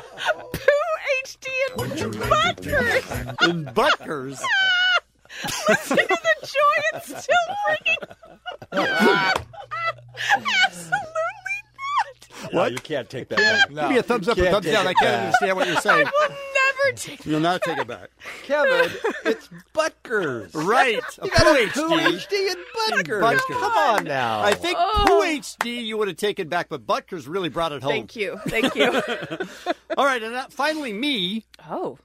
PhD and Butgers.
In Butgers.
Listen to the joy it's still bringing. Absolutely.
What?
you can't take that.
Yeah.
back.
Give me a thumbs up or
Can't
thumbs
take
down.
it
I can't
back.
understand what you're saying.
Never take
You'll not take it back.
Kevin, it's Butgers.
Right. a
You got a
PhD.
PhD in Butgers.
Butker.
Come on now.
I think
Oh.
PhD you would have taken back, but Butker's really brought it home.
Thank you. Thank you.
All right, and that, finally me.
Oh.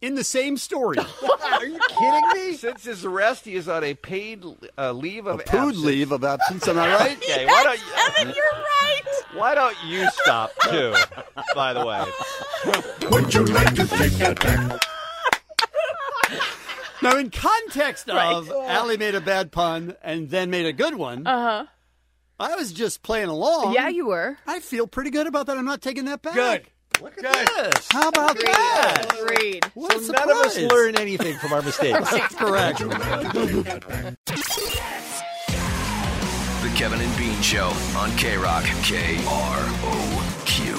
In the same story.
Are you kidding me? Since his arrest, he is on a paid uh, leave of
Food leave of absence, am I right?
Okay, why don't you-
Evan, you're right.
Why don't you stop too? by the way,
Would you like to take that back?
Now, in context
Right.
of Allie made a bad pun and then made a good one.
Uh huh.
I was just playing along.
Yeah, you were.
I feel pretty good about that. I'm not taking that back.
Good.
Look at this. How about
Agreed.
that?
Agreed.
What a
So none of us
surprise.
learn anything from our mistakes.
That's correct.
The Kevin and Bean Show on K Rock. K R O Q.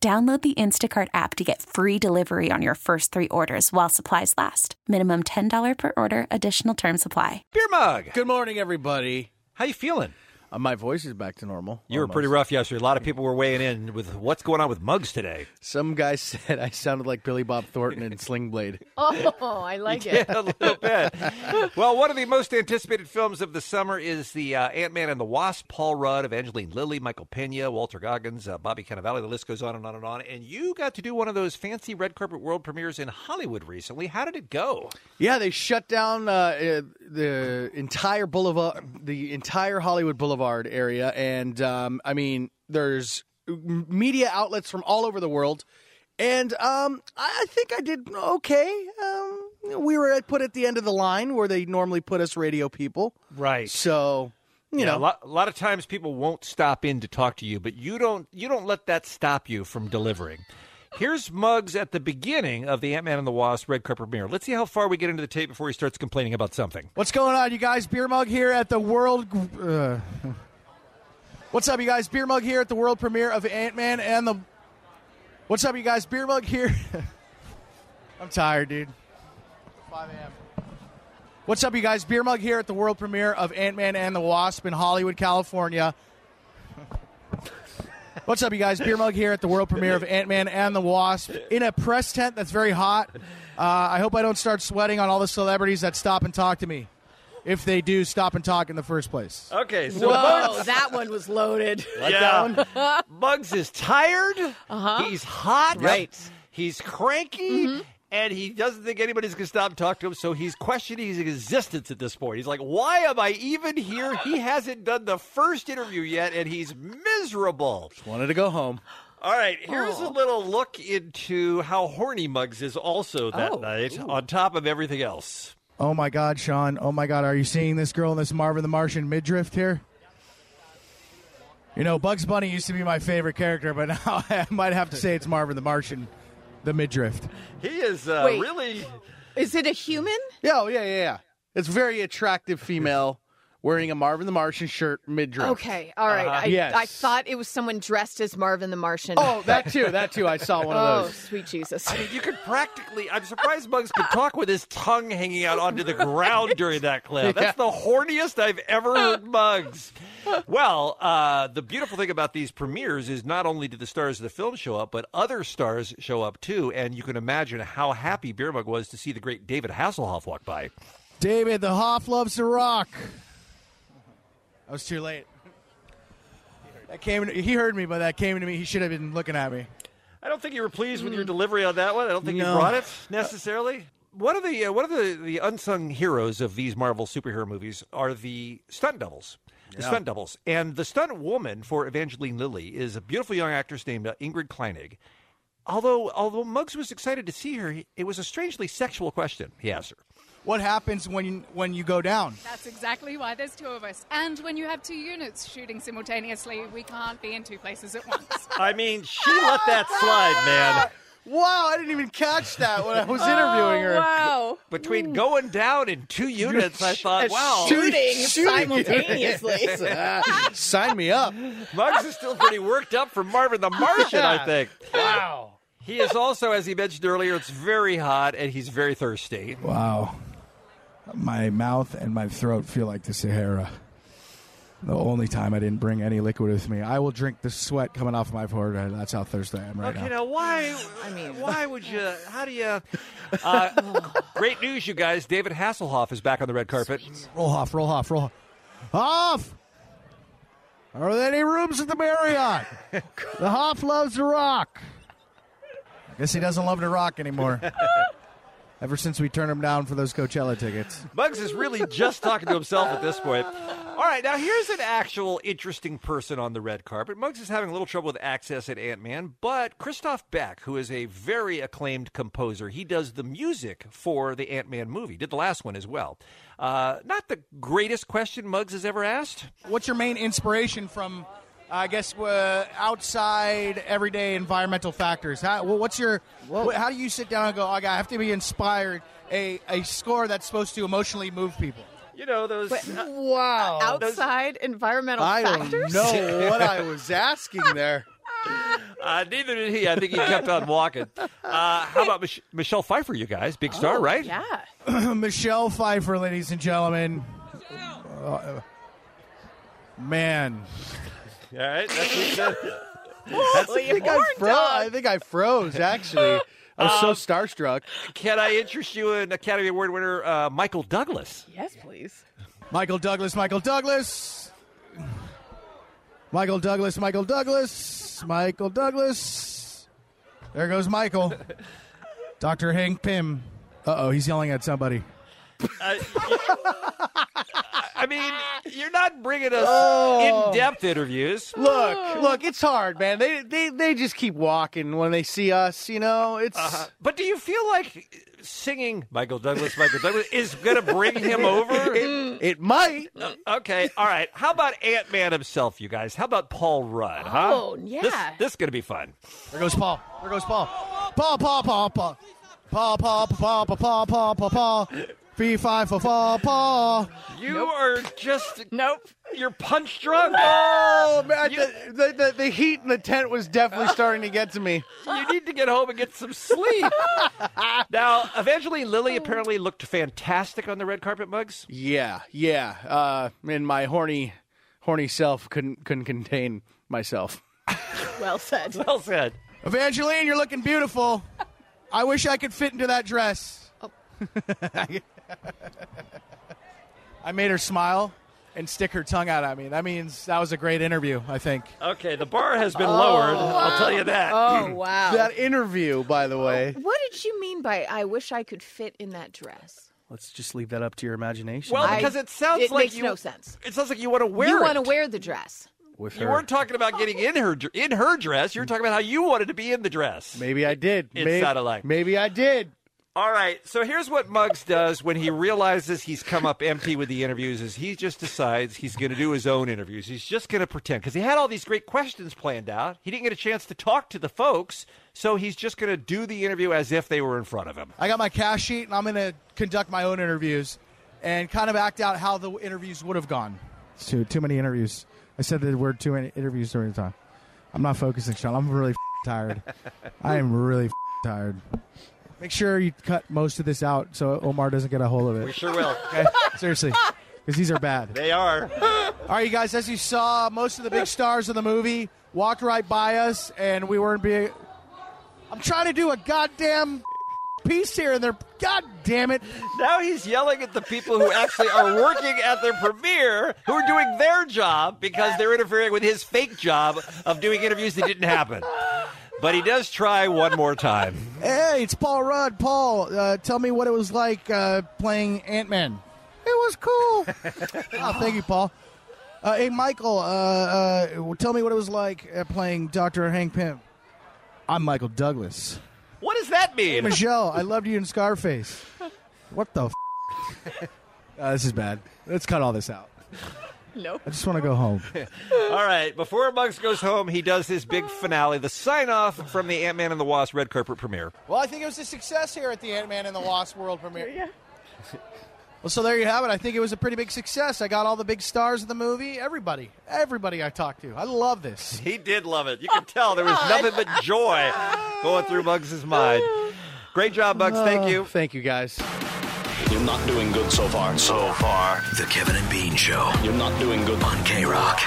Download the Instacart app to get free delivery on your first three orders while supplies last. Minimum $10 per order, additional term supply.
Beer mug.
Good morning, everybody.
How you feeling?
Uh, my voice is back to normal.
You were pretty rough yesterday. A lot of people were weighing in with what's going on with mugs today.
Some guy said I sounded like Billy Bob Thornton in Sling Blade.
Oh, I like
Yeah,
it.
a little bit. well, one of the most anticipated films of the summer is the uh, Ant Man and the Wasp. Paul Rudd, Evangeline Lilly, Michael Pena, Walter Goggins, uh, Bobby Cannavale. The list goes on and on and on. And you got to do one of those fancy red carpet world premieres in Hollywood recently. How did it go?
Yeah, they shut down uh, uh, the entire boulevard, the entire Hollywood Boulevard area, and um, I mean, there's m- media outlets from all over the world, and um, I I think I did okay. Um, we were put at the end of the line where they normally put us radio people,
Right.
So you
Yeah,
know,
a lot, a lot of times people won't stop in to talk to you, but you don't you don't let that stop you from delivering. Here's Muggs at the beginning of the Ant Man and the Wasp red carpet premiere. Let's see how far we get into the tape before he starts complaining about something.
What's going on, you guys? Beer Mug here at the World. Uh, what's up, you guys? Beer Mug here at the world premiere of Ant Man and the. What's up, you guys? Beer Mug here. I'm tired, dude. 5 a.m. What's up, you guys? Beer Mug here at the world premiere of Ant Man and the Wasp in Hollywood, California. What's up, you guys? Beer Mug here at the world premiere of Ant Man and the Wasp in a press tent that's very hot. Uh, I hope I don't start sweating on all the celebrities that stop and talk to me. If they do, stop and talk in the first place.
Okay,
Whoa, that one was loaded.
Muggs is tired.
Uh-huh.
He's hot.
Right.
He's cranky. And he doesn't think anybody's going to stop and talk to him, so he's questioning his existence at this point. He's like, why am I even here? He hasn't done the first interview yet, and he's miserable.
Just wanted to go home.
All right, here's a little look into how horny Muggs is also that night, on top of everything else.
Oh my God, Sean. Oh my God, are you seeing this girl in this Marvin the Martian midriff here? You know, Bugs Bunny used to be my favorite character, but now I might have to say it's Marvin the Martian, the midriff.
He is uh,
Wait.
really.
Is it a human?
Yeah, oh, yeah, yeah, yeah. It's very attractive female wearing a Marvin the Martian shirt mid drip.
Okay, all right.
Uh-huh.
I,
yes.
I thought it was someone dressed as Marvin the Martian.
Oh, that too. That too. I saw one
oh,
of those.
sweet Jesus.
I mean, you could practically. I'm surprised Muggs could talk with his tongue hanging out onto the ground during that clip. That's the horniest I've ever heard Muggs. Well, uh, the beautiful thing about these premieres is not only do the stars of the film show up, but other stars show up too. And you can imagine how happy Beer Mug was to see the great David Hasselhoff walk by.
David, the Hoff loves to rock. I was too late. That came. He heard me, but that came to me. He should have been looking at me.
I don't think you were pleased with your delivery on that one. I don't think you brought it necessarily. One of Uh, the uh, one of the, the unsung heroes of these Marvel superhero movies are the stunt doubles. The
Yeah.
stunt doubles. And the stunt woman for Evangeline Lilly is a beautiful young actress named uh, Ingrid Kleinig. Although although Muggs was excited to see her, he- it was a strangely sexual question he asked her.
What happens when you, when you go down?
That's exactly why there's two of us. And when you have two units shooting simultaneously, we can't be in two places at once.
I mean, she let that slide, man.
Wow, I didn't even catch that when I was
Oh,
interviewing her.
wow. Between going down in two units, I thought,
And
wow.
shooting simultaneously. Sign me up.
Muggs is still pretty worked up from Marvin the Martian, I think. Wow. He is also, as he mentioned earlier, it's very hot and he's very thirsty.
Wow. My mouth and my throat feel like the Sahara. The only time I didn't bring any liquid with me. I will drink the sweat coming off my forehead. That's how thirsty I am right
Okay,
now.
now why? I mean, why would you? How do you? Uh, great news, you guys! David Hasselhoff is back on the red carpet.
Roll off, roll off, roll off. Off! Are there any rooms at the Marriott? the Hoff loves to rock.
I guess he doesn't love to rock anymore. Ever since we turned him down for those Coachella tickets.
Bugs is really just talking to himself at this point. All right, now here's an actual interesting person on the red carpet. Muggs is having a little trouble with access at Ant Man, but Christoph Beck, who is a very acclaimed composer, he does the music for the Ant Man movie, did the last one as well. Uh, not the greatest question Muggs has ever asked.
What's your main inspiration from, I guess, uh, outside everyday environmental factors? How, well, what's your? wh- how do you sit down and go? "Okay, I have to be inspired. A a score that's supposed to emotionally move people.
You know those. uh,
wow. Outside environmental factors.
was asking there.
Uh, neither did he. I think he kept on walking. Uh, how about Mich- Michelle Pfeiffer, you guys? Big star, right?
Michelle Pfeiffer, ladies and gentlemen. Uh, man,
All right, that's what he said.
I think I, fro- I think I froze. Actually, I was so starstruck.
Um, Can I interest you in Academy Award winner uh, Michael Douglas?
Yes, please.
Michael Douglas, Michael Douglas. Michael Douglas, Michael Douglas, Michael Douglas. There goes Michael. Dr. Hank Pym. Uh oh, he's yelling at somebody.
Uh, you- I mean, you're not bringing us
Oh.
in-depth interviews.
Look, look, it's hard, man. They they they just keep walking when they see us, you know. It's
Uh-huh. But do you feel like singing Michael Douglas, Michael Douglas is going to bring him over?
It, it might.
Uh, okay, all right. How about Ant Man himself, you guys? How about Paul Rudd? Huh?
Oh, yeah.
This, this is going to be fun.
There goes Paul. There goes Paul. Paul, Paul, Paul, Paul. Paul, Paul, Paul, Paul, Paul, Paul, Paul, Paul. Fee, fi, fa, fa, Paul.
You are just
nope.
You're punch drunk.
Oh man, the, the, the, the heat in the tent was definitely starting to get to me.
You need to get home and get some sleep. now, eventually, Lily apparently looked fantastic on the red carpet mugs.
Yeah, yeah. Uh, and my horny, horny self couldn't couldn't contain myself.
Well said.
Well said.
Evangeline, you're looking beautiful. I wish I could fit into that dress. I made her smile and stick her tongue out at me. That means that was a great interview. I think.
Okay, the bar has
Oh,
been lowered. I'll tell you that.
Oh, wow.
That interview, by the way.
What did you mean by "I wish I could fit in that dress"?
Let's just leave that up to your imagination.
Well, because it sounds
it
like
makes
you,
no sense.
It sounds like you want to wear
you
it.
want to wear the dress.
With
you
her.
weren't talking about getting in her dr- in her dress. You were talking about how you wanted to be in the dress.
maybe I did.
It
maybe,
sounded like.
Maybe I did.
All right, so here's what Muggs does when he realizes he's come up empty with the interviews is he just decides he's going to do his own interviews. He's just going to pretend cuz he had all these great questions planned out. He didn't get a chance to talk to the folks, so he's just going to do the interview as if they were in front of him.
I got my cash sheet, and I'm going to conduct my own interviews.
and kind of act out how the interviews would have gone.
It's too too many interviews. I said the word too many interviews during the time. I'm not focusing, Sean. I'm really tired. I am really tired. Make sure you cut most of this out so Omar doesn't get a hold of it.
We sure will.
Okay? Seriously, because these are bad.
They are. All right, you guys. As you saw, most of the big stars of the movie walked right by us, and we weren't being. I'm trying to do a goddamn piece here, and they're god damn it.
Now he's yelling at the people who actually are working at their premiere, who are doing their job because they're interfering with his fake job of doing interviews that didn't happen. But he does try one more time.
Hey, it's Paul Rudd. Paul, uh, tell me what it was like uh, playing Ant Man. It was cool.
oh, thank you, Paul.
Uh, hey, Michael, uh, uh, tell me what it was like uh, playing Dr. Hank Pym. I'm Michael Douglas.
What does that mean?
Hey, Michelle, I loved you in Scarface. What the f? uh, this is bad. Let's cut all this out.
Nope.
I just want to go home.
All right, before Muggs goes home, he does his big finale, the sign off from the Ant Man and the Wasp red carpet premiere.
Well, I think it was a success here at the Ant Man and the Lost World premiere. Yeah. Well, so there you have it. I think it was a pretty big success. I got all the big stars of the movie. Everybody, everybody I talked to. I love this.
He did love it. You could tell there was nothing but joy going through Muggs' mind. Great job, Muggs. Thank you.
Oh, Thank you, guys.
You're not doing good so far. So far. The Kevin and Bean Show. You're not doing good on K Rock.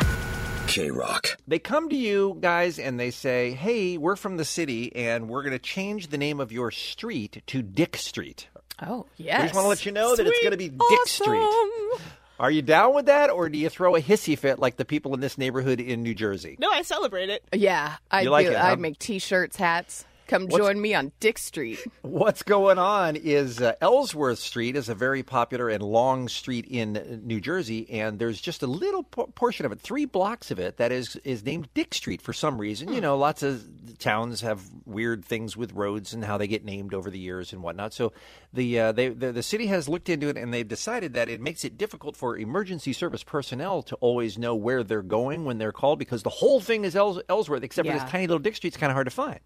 K Rock.
They come to you guys and they say, "Hey, we're from the city and we're going to change the name of your street to Dick Street."
Oh,
We just want to let you know that it's going to be Dick Street. Are you down with that, or do you throw a hissy fit like the people in this neighborhood in New Jersey?
No, I celebrate it. Yeah, I
You like
do.
it, huh?
I'd make t-shirts, hats. Come
What's-
join me on Dick Street.
What's going on is uh, Ellsworth Street is a very popular and long street in uh, New Jersey, and there's just a little por- portion of it, three blocks of it, that is is named Dick Street for some reason. You know, lots of towns have weird things with roads and how they get named over the years and whatnot. So the uh, they, the, the city has looked into it, and they've decided that it makes it difficult for emergency service personnel to always know where they're going when they're called because the whole thing is Ells- Ellsworth, except for
Yeah.
this tiny little Dick Street's kind of hard to find.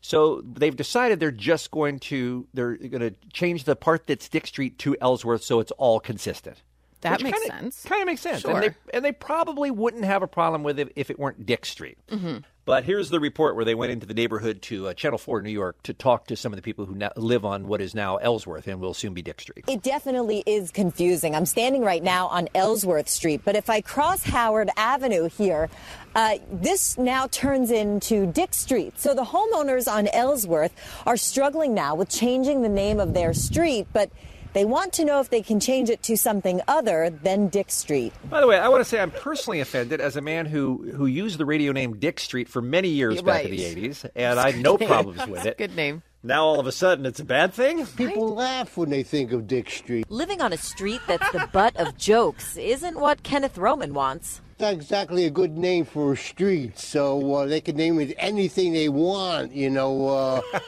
So they've decided they're just going to they're going to change the part that's Dick Street to Ellsworth, so it's all consistent.
That
Which
makes
kinda-
sense.
Kind of makes sense.
Sure.
And, they, and they probably wouldn't have a problem with it if it weren't Dick Street.
Mm-hmm.
Mhm. But here's the report where they went into the neighborhood to uh, Channel 4 New York to talk to some of the people who now live on what is now Ellsworth and will soon be Dick Street.
It definitely is confusing. I'm standing right now on Ellsworth Street, but if I cross Howard Avenue here, uh, this now turns into Dick Street. So the homeowners on Ellsworth are struggling now with changing the name of their street, but they want to know if they can change it to something other than Dick Street.
By the way, I want to say I'm personally offended as a man who who used the radio name Dick Street for many years
You're
back
right.
in the 80s, and I had no problems with it.
Good name.
Now all of a sudden it's a bad thing?
People
laugh when they think of Dick Street.
Living on a street that's the butt of jokes isn't what Kenneth Roman wants.
Not exactly a good name for a street, so uh, they can name it anything they want, you know. Uh,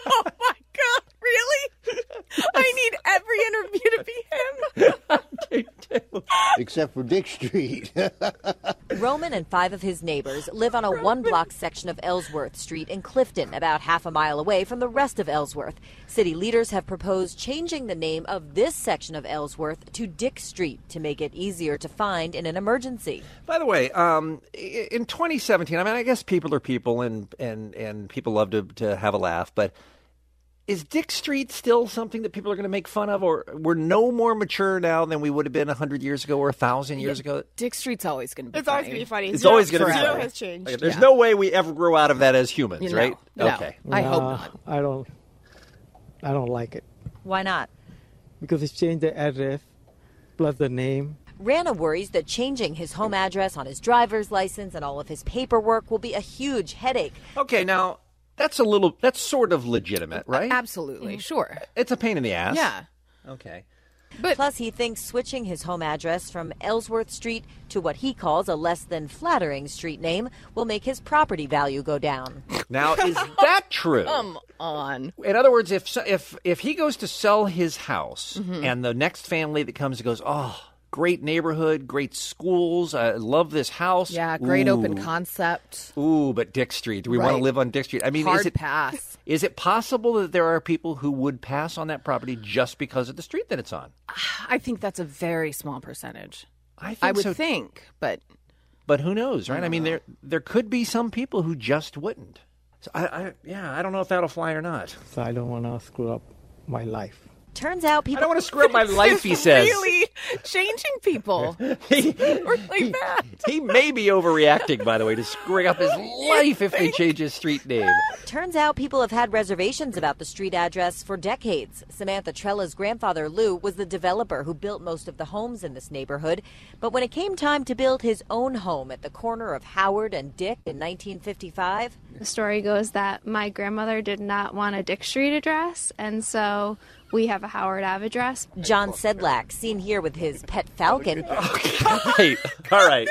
really? I need every interview to be him.
except for Dick Street.
Roman and five of his neighbors live on a one block section of Ellsworth Street in Clifton, about half a mile away from the rest of Ellsworth. City leaders have proposed changing the name of this section of Ellsworth to Dick Street to make it easier to find in an emergency.
By the way, um, i- in 2017, I mean, I guess people are people, and and and people love to to have a laugh. But is Dick Street still something that people are going to make fun of, or we're no more mature now than we would have been hundred years ago or thousand years ago?
Dick Street's always going to be.
It's always gonna be funny.
It's
Zero-
always going to be.
Zero
that way.
has changed.
Like, there's
Yeah.
no way we ever grow out of that as humans,
No,
right?
no.
Okay.
I hope
Nah,
not.
I don't. I don't like it
Why not?
because it's changed the address plus the name.
Rana worries that changing his home address on his driver's license and all of his paperwork will be a huge headache.
Okay. Now that's a little. That's sort of legitimate, right? Mm-hmm.
Absolutely, sure.
It's a pain in the ass.
Yeah.
Okay.
Plus, he thinks switching his home address from Ellsworth Street to what he calls a less than flattering street name will make his property value go down.
Now is that true?
Come on.
In other words, if if if he goes to sell his house
Mhm.
Mm-hmm.
and the next family that comes goes, oh, Great neighborhood, great schools. I love this house.
Yeah, great open
Ooh.
concept.
Ooh, but Dick Street. Do we want
Right.
to live on Dick Street? I mean,
Hard
is it
pass.
is it possible that there are people who would pass on that property just because of the street that it's on?
I think that's a very small percentage.
I, think
would
so.
think, but
But who knows, right? I,
don't
mean,
know.
there there could be some people who just wouldn't. So I, I yeah, I don't know if that'll fly or not.
So I don't want to screw up my life.
Turns out people.
I don't want to screw up my life. He says
really changing people. really bad.
he may be overreacting. By the way, to screwing up his life if they change his street name.
Turns out people have had reservations about the street address for decades. Samantha Trella's grandfather, Lou, was the developer who built most of the homes in this neighborhood. But when it came time to build his own home at the corner of Howard and Dick in 1955,
The story goes that my grandmother did not want a Dick Street address, and so we have a Howard Ave address.
John Sedlak, seen here with his pet falcon,
Right. All right.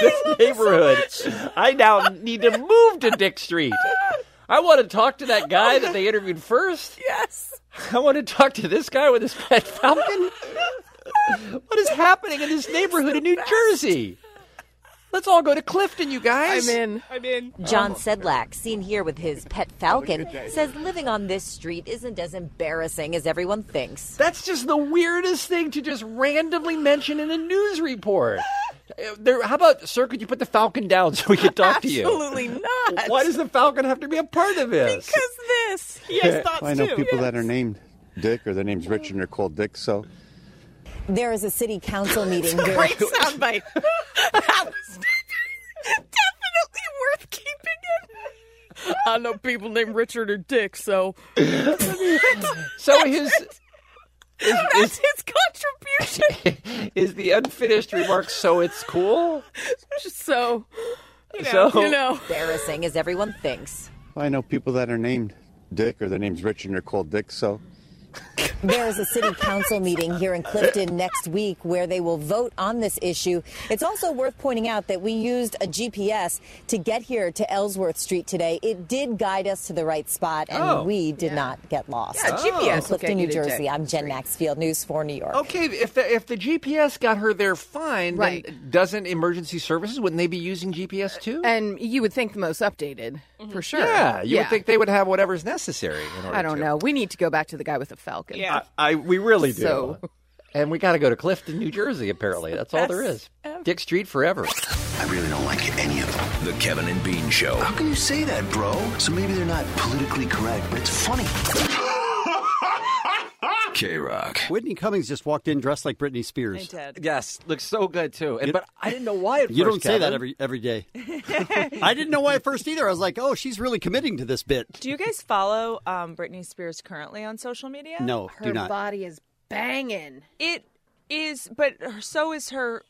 This neighborhood. I now need to move to Dick Street. I want to talk to that guy that they interviewed first.
Yes.
I want to talk to this guy with his pet falcon. What is happening in this neighborhood in New Jersey? Let's all go to Clifton, you guys.
I'm
in.
I'm in.
John Sedlak, seen here with his pet falcon,
good day.
says living on this street isn't as embarrassing as everyone thinks.
That's just the weirdest thing to just randomly mention in a news report. Uh, There, how about, sir, could you put the falcon down so we can talk to you?
Absolutely not.
Why does the falcon have to be a part of this?
Because this. He
Yeah, I know people that are named Dick or their name's Richard and they're called Dick, so
There is a city council meeting. very-
Great soundbite. that was definitely worth keeping it. I know people named Richard or Dick, so
so his
that's his contribution.
is the unfinished remark so it's cool?
Just so
you
know, So- you
know, embarrassing as everyone thinks.
I know people that are named Dick or their name's Richard and they're called Dick, so
There is a city council meeting here in Clifton next week where they will vote on this issue. It's also worth pointing out that we used a GPS to get here to Ellsworth Street today. It did guide us to the right spot, and
Oh.
we did not get lost.
Yeah, GPS will
Clifton,
get
New
you to
Jersey.
Dick
I'm Jen Maxfield, News 4 New York.
Okay, if the, if the GPS got her there fine, then
Right.
doesn't emergency services wouldn't they be using GPS too?
and you would think the most updated for sure.
Yeah, you would think they would have whatever's necessary. In order
I don't
to.
know. We need to go back to the guy with the falcon.
I, I we really do.
So-
And we got to go to Clifton, New Jersey. Apparently, that's all there is. Dick Street forever.
I really don't like any of them. The Kevin and Bean Show. How can you say that, bro? So maybe they're not politically correct, but it's funny. K Rock.
Whitney Cummings just walked in dressed like Britney Spears.
Yes, looks so good too. And but I didn't know why. At
You don't
first,
say that
Kevin.
every every day. I didn't know why at first either. I was like, oh, she's really committing to this bit.
Do you guys follow um, Britney Spears currently on social media?
No, do Her not.
body is banging. It is, but her- so is her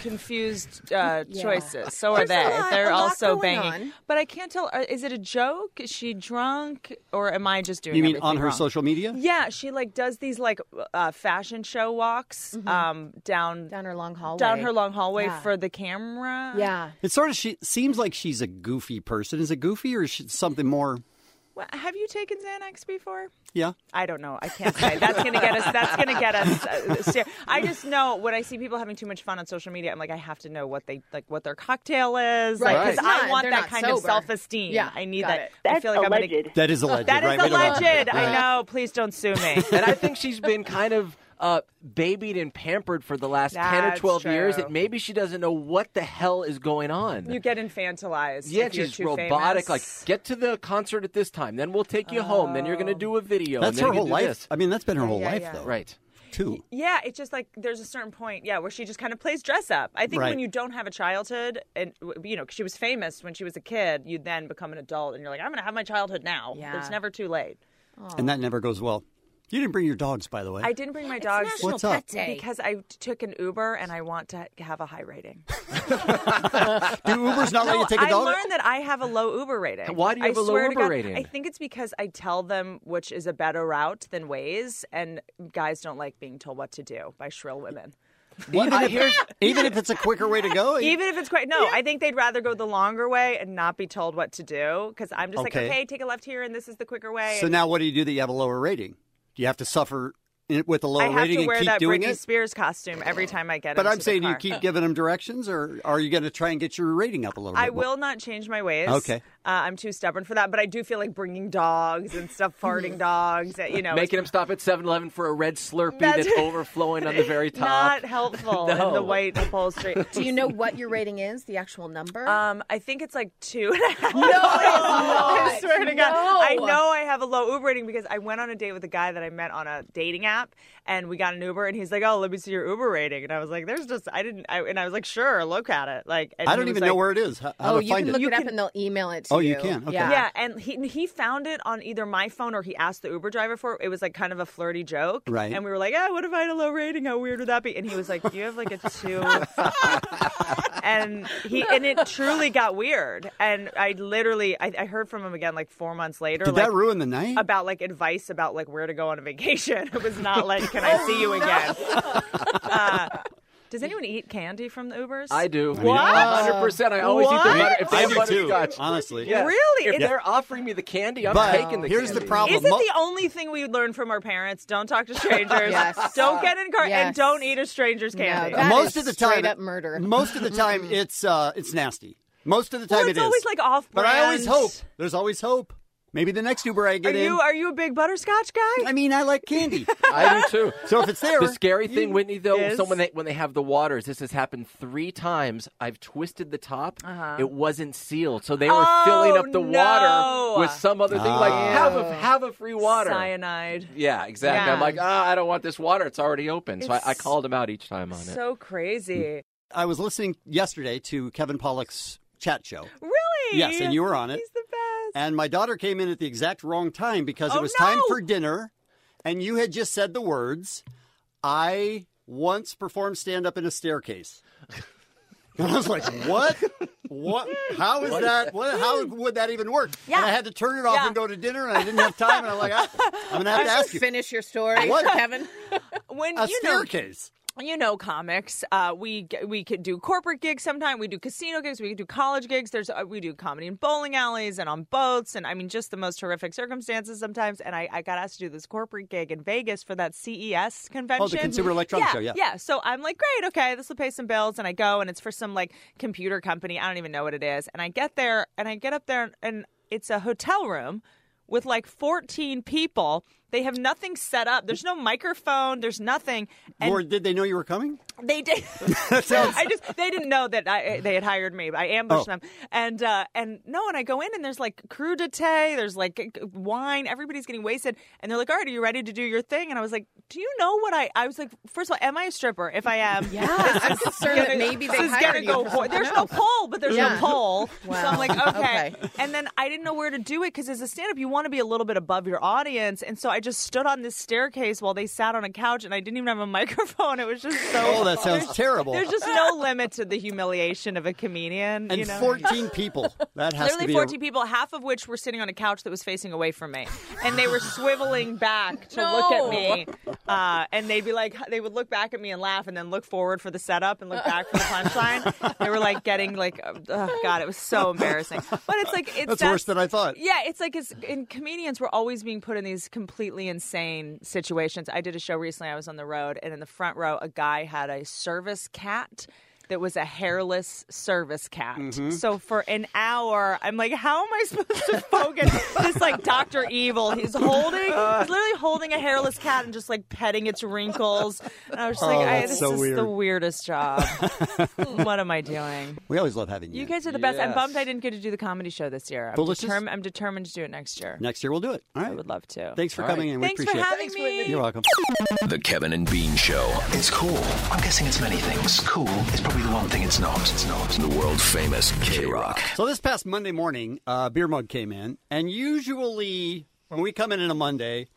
confused uh,
Yeah.
choices. So are
There's a
they.
lot-
They're
a lot
also
going
banging.
on.
But I can't tell. uh, Is it a joke? Is she drunk, or am I just doing?
You mean on
everything
her
wrong?
social media?
Yeah, she like does these like uh, fashion show walks um, down down her long hallway down her long hallway
Yeah.
for the camera.
Yeah.
It sort of she seems like she's a goofy person. Is it goofy or is she something more?
Well, have you taken Xanax before?
Yeah.
I don't know. I can't say. That's gonna get us. That's gonna get us. Uh, ser- I just know when I see people having too much fun on social media, I'm like, I have to know what they like, what their cocktail is,
Right,
Because
'cause
I
not-
want
they're
that
not
kind of
sober.
self-esteem.
Yeah,
I need
got
that.
it.
I feel
That's
like I'm
alleged.
gonna.
That is alleged,
That is
right? We don't want-
alleged. I
Right.
know. Please don't sue me.
and I think she's been kind of uh, babied and pampered for the last ten or
That's
twelve years.
true.
That maybe she doesn't know what the hell is going on.
You get infantilized.
yeah,
if you're
she's
too
robotic.
famous.
Like, get to the concert at this time, then we'll take you home. Then you're going to do a video. and
That's
then
her
you're
whole
gonna do
life.
this.
I mean, that's been her
Yeah,
whole
Oh. yeah,
life
yeah.
though.
Right.
Too.
Yeah, it's just like there's a certain point, yeah, where she just kind of plays dress up. I think
Right.
when you don't have a childhood, and w- you know, 'cause she was famous when she was a kid, you then become an adult, and you're like, I'm gonna have my childhood now.
Yeah.
It's never too late.
And that never goes well. You didn't bring your dogs, by the way.
I didn't bring my dogs
National What's Pet up? Day.
because I t- took an Uber and I want to have a high rating.
Do Uber's not
no,
ready to take a
I
dog?
learned that I have a low Uber rating.
Why do you
I
have a low
swear to
Uber
God,
rating?
I think it's because I tell them which is a better route than Waze, and guys don't like being told what to do by shrill women.
Even,
I-
if, even if it's a quicker way to go,
Even if it's quite no, I think they'd rather go the longer way and not be told what to do because I'm just like,
Okay.
okay, take a left here and this is the quicker way.
So now, what do you do that you have a lower rating? Do you have to suffer in- with a lower
I have
rating
to wear
and keep
that
doing
Britney
it?
Spears costume every time I get
But
into
I'm
the
saying, do you
car.
keep giving them directions, or are you going to try and get your rating up a little bit?
I will not change my ways.
Okay.
Uh, I'm too stubborn for that, but I do feel like bringing dogs and stuff, farting dogs, uh, you know.
Making him stop at 7 Eleven for a red Slurpee
That's-
that's, overflowing on the very top.
Not helpful in the
No.
white upholstery.
Do you know what your rating is? The actual number?
Um, I think it's like two.
No, it's
I
not.
swear to God.
No.
I know I have a low Uber rating because I went on a date with a guy that I met on a dating app and we got an Uber and he's like, Oh, let me see your Uber rating. And I was like, There's just, I didn't, I, and I was like, Sure, look at it. Like, and
I
he
don't
was
even
like-
know where it is. How, how
oh,
to
you
find
can
it?
look it up and they'll email it to
Oh,
you.
you can. Okay.
Yeah.
Yeah.
and he he found it on either my phone or he asked the Uber driver for it. It was like kind of a flirty joke,
Right.
And we were like, "Ah, what if I had a low rating? How weird would that be?" And he was like, "You have like a two. and he and it truly got weird. And I literally, I, I heard from him again like four months later.
Did
like,
that ruin the night?
About like advice about like where to go on a vacation. It was not like, "Can
Oh,
I see you again?" Uh, does anyone eat candy from the Ubers?
I do.
What?
100%. I always eat the
What?
butter. If they
I
have
do too,
butterscotch.
honestly.
Yeah.
Really?
If
It-
they're offering me the candy, I'm
But
taking the
here's the
candy.
problem.
Isn't the only thing we learn from our parents? Don't talk to strangers.
Yes.
Don't get in car
Yes.
and don't eat a stranger's candy.
most of the time, Most of the time, it's uh, it's nasty. Most of the time,
Well,
it
it's
is.
always, like,
But I always
off-brand.
hope. There's always hope. Maybe the next Uber I
Are
get in.
you are you a big butterscotch guy?
I mean, I like candy.
I do too.
So if it's there,
the scary thing,
you-
Whitney, though,
Yes.
so when they when they have the waters, this has happened three times. I've twisted the top;
Uh-huh.
it wasn't sealed, so they were filling up the
no. Ah.
water with some other thing. Like have a have a free water.
Cyanide.
yeah, exactly. I'm
Yeah.
like, ah, I don't want this water; it's already open. So I, I
It's
called them out each time on it.
So crazy.
I was listening yesterday to Kevin Pollock's chat show.
Really?
Hmm. Yes, and you were on it. He's the
best.
And my daughter came in at the exact wrong time because
Oh,
it was
no!
time for dinner, and you had just said the words, "I once performed stand up in a staircase." And I was like, "What? What? How is
What?
that? What? How would that even work?"
Yeah.
And I had to turn it off
Yeah.
and go to dinner, and I didn't have time. And I'm like, I, "I'm gonna have to ask you."
Finish your story,
What?
Kevin.
When
a
you know,
staircase.
you know comics uh, we g- we could do corporate gigs sometime we do casino gigs we do college gigs there's uh, we do comedy in bowling alleys and on boats and i mean just the most horrific circumstances sometimes and i, I got asked to do this corporate gig in vegas for that ces convention
Oh, Consumer Electronics
yeah,
Show, yeah.
yeah so i'm like great okay this will pay some bills and i go and it's for some like computer company i don't even know what it is and i get there and i get up there and, and it's a hotel room with like 14 people they have nothing set up there's no microphone there's nothing and
or did they know you were coming?
they did. I just they didn't know that I, they had hired me. I ambushed
Oh.
them, and uh, and no, and I go in and there's like crudité, there's like wine, everybody's getting wasted, and they're like, "All right, are you ready to do your thing?" And I was like, "Do you know what I?" I was like, first of all, am I a stripper? If I am, yeah,
I'm concerned that maybe they
this is
hired
gonna
you
go. hor-
for something
there's
else.
no pole, but there's
Yeah.
no pole, so I'm like,
Wow.
okay.
Okay.
And then I didn't know where to do it because as a stand-up, you want to be a little bit above your audience, and so I just stood on this staircase while they sat on a couch, and I didn't even have a microphone. It was just so.
Oh, that sounds
There's-
terrible.
There's just no limit to the humiliation of a comedian.
And
you know?
14 people. That has to
Literally
be a-
14 people, half of which were sitting on a couch that was facing away from me. And they were swiveling back to look at me. Uh, and they'd be like, they would look back at me and laugh and then look forward for the setup and look back for the punchline. they were like getting like, uh, oh, God, it was so embarrassing. But it's like, it's
That's worse than I thought.
Yeah, it's like it's in comedians we're always being put in these completely insane situations. I did a show recently. I was on the road, and in the front row, a guy had a service cat that was a hairless service cat.
Mm-hmm.
Mhm.
So for an hour, I'm like, how am I supposed to focus? this like Doctor Evil. He's holding, he's literally holding a hairless cat and just like petting its wrinkles. And I was just
Oh,
like, I,
that's
this
so
is the
weird.
weirdest job. what am I doing?
We always love having you.
You guys are the best. I'm bummed I didn't get to do the comedy show this year. I'm,
Delicious.
determ- I'm determined to do it next year.
Next year we'll do it. All right. I would
love to.
Thanks for
All right.
coming in. We
Thanks for
appreciate it.
having Thanks, me. Whitney.
You're welcome.
The Kevin and Bean Show. It's cool. I'm guessing it's many things. Cool is probably the one thing it's not. It's not. The world famous K Rock.
So this past Monday morning, uh, Beer Mug came in, and usually when we come in on a Monday,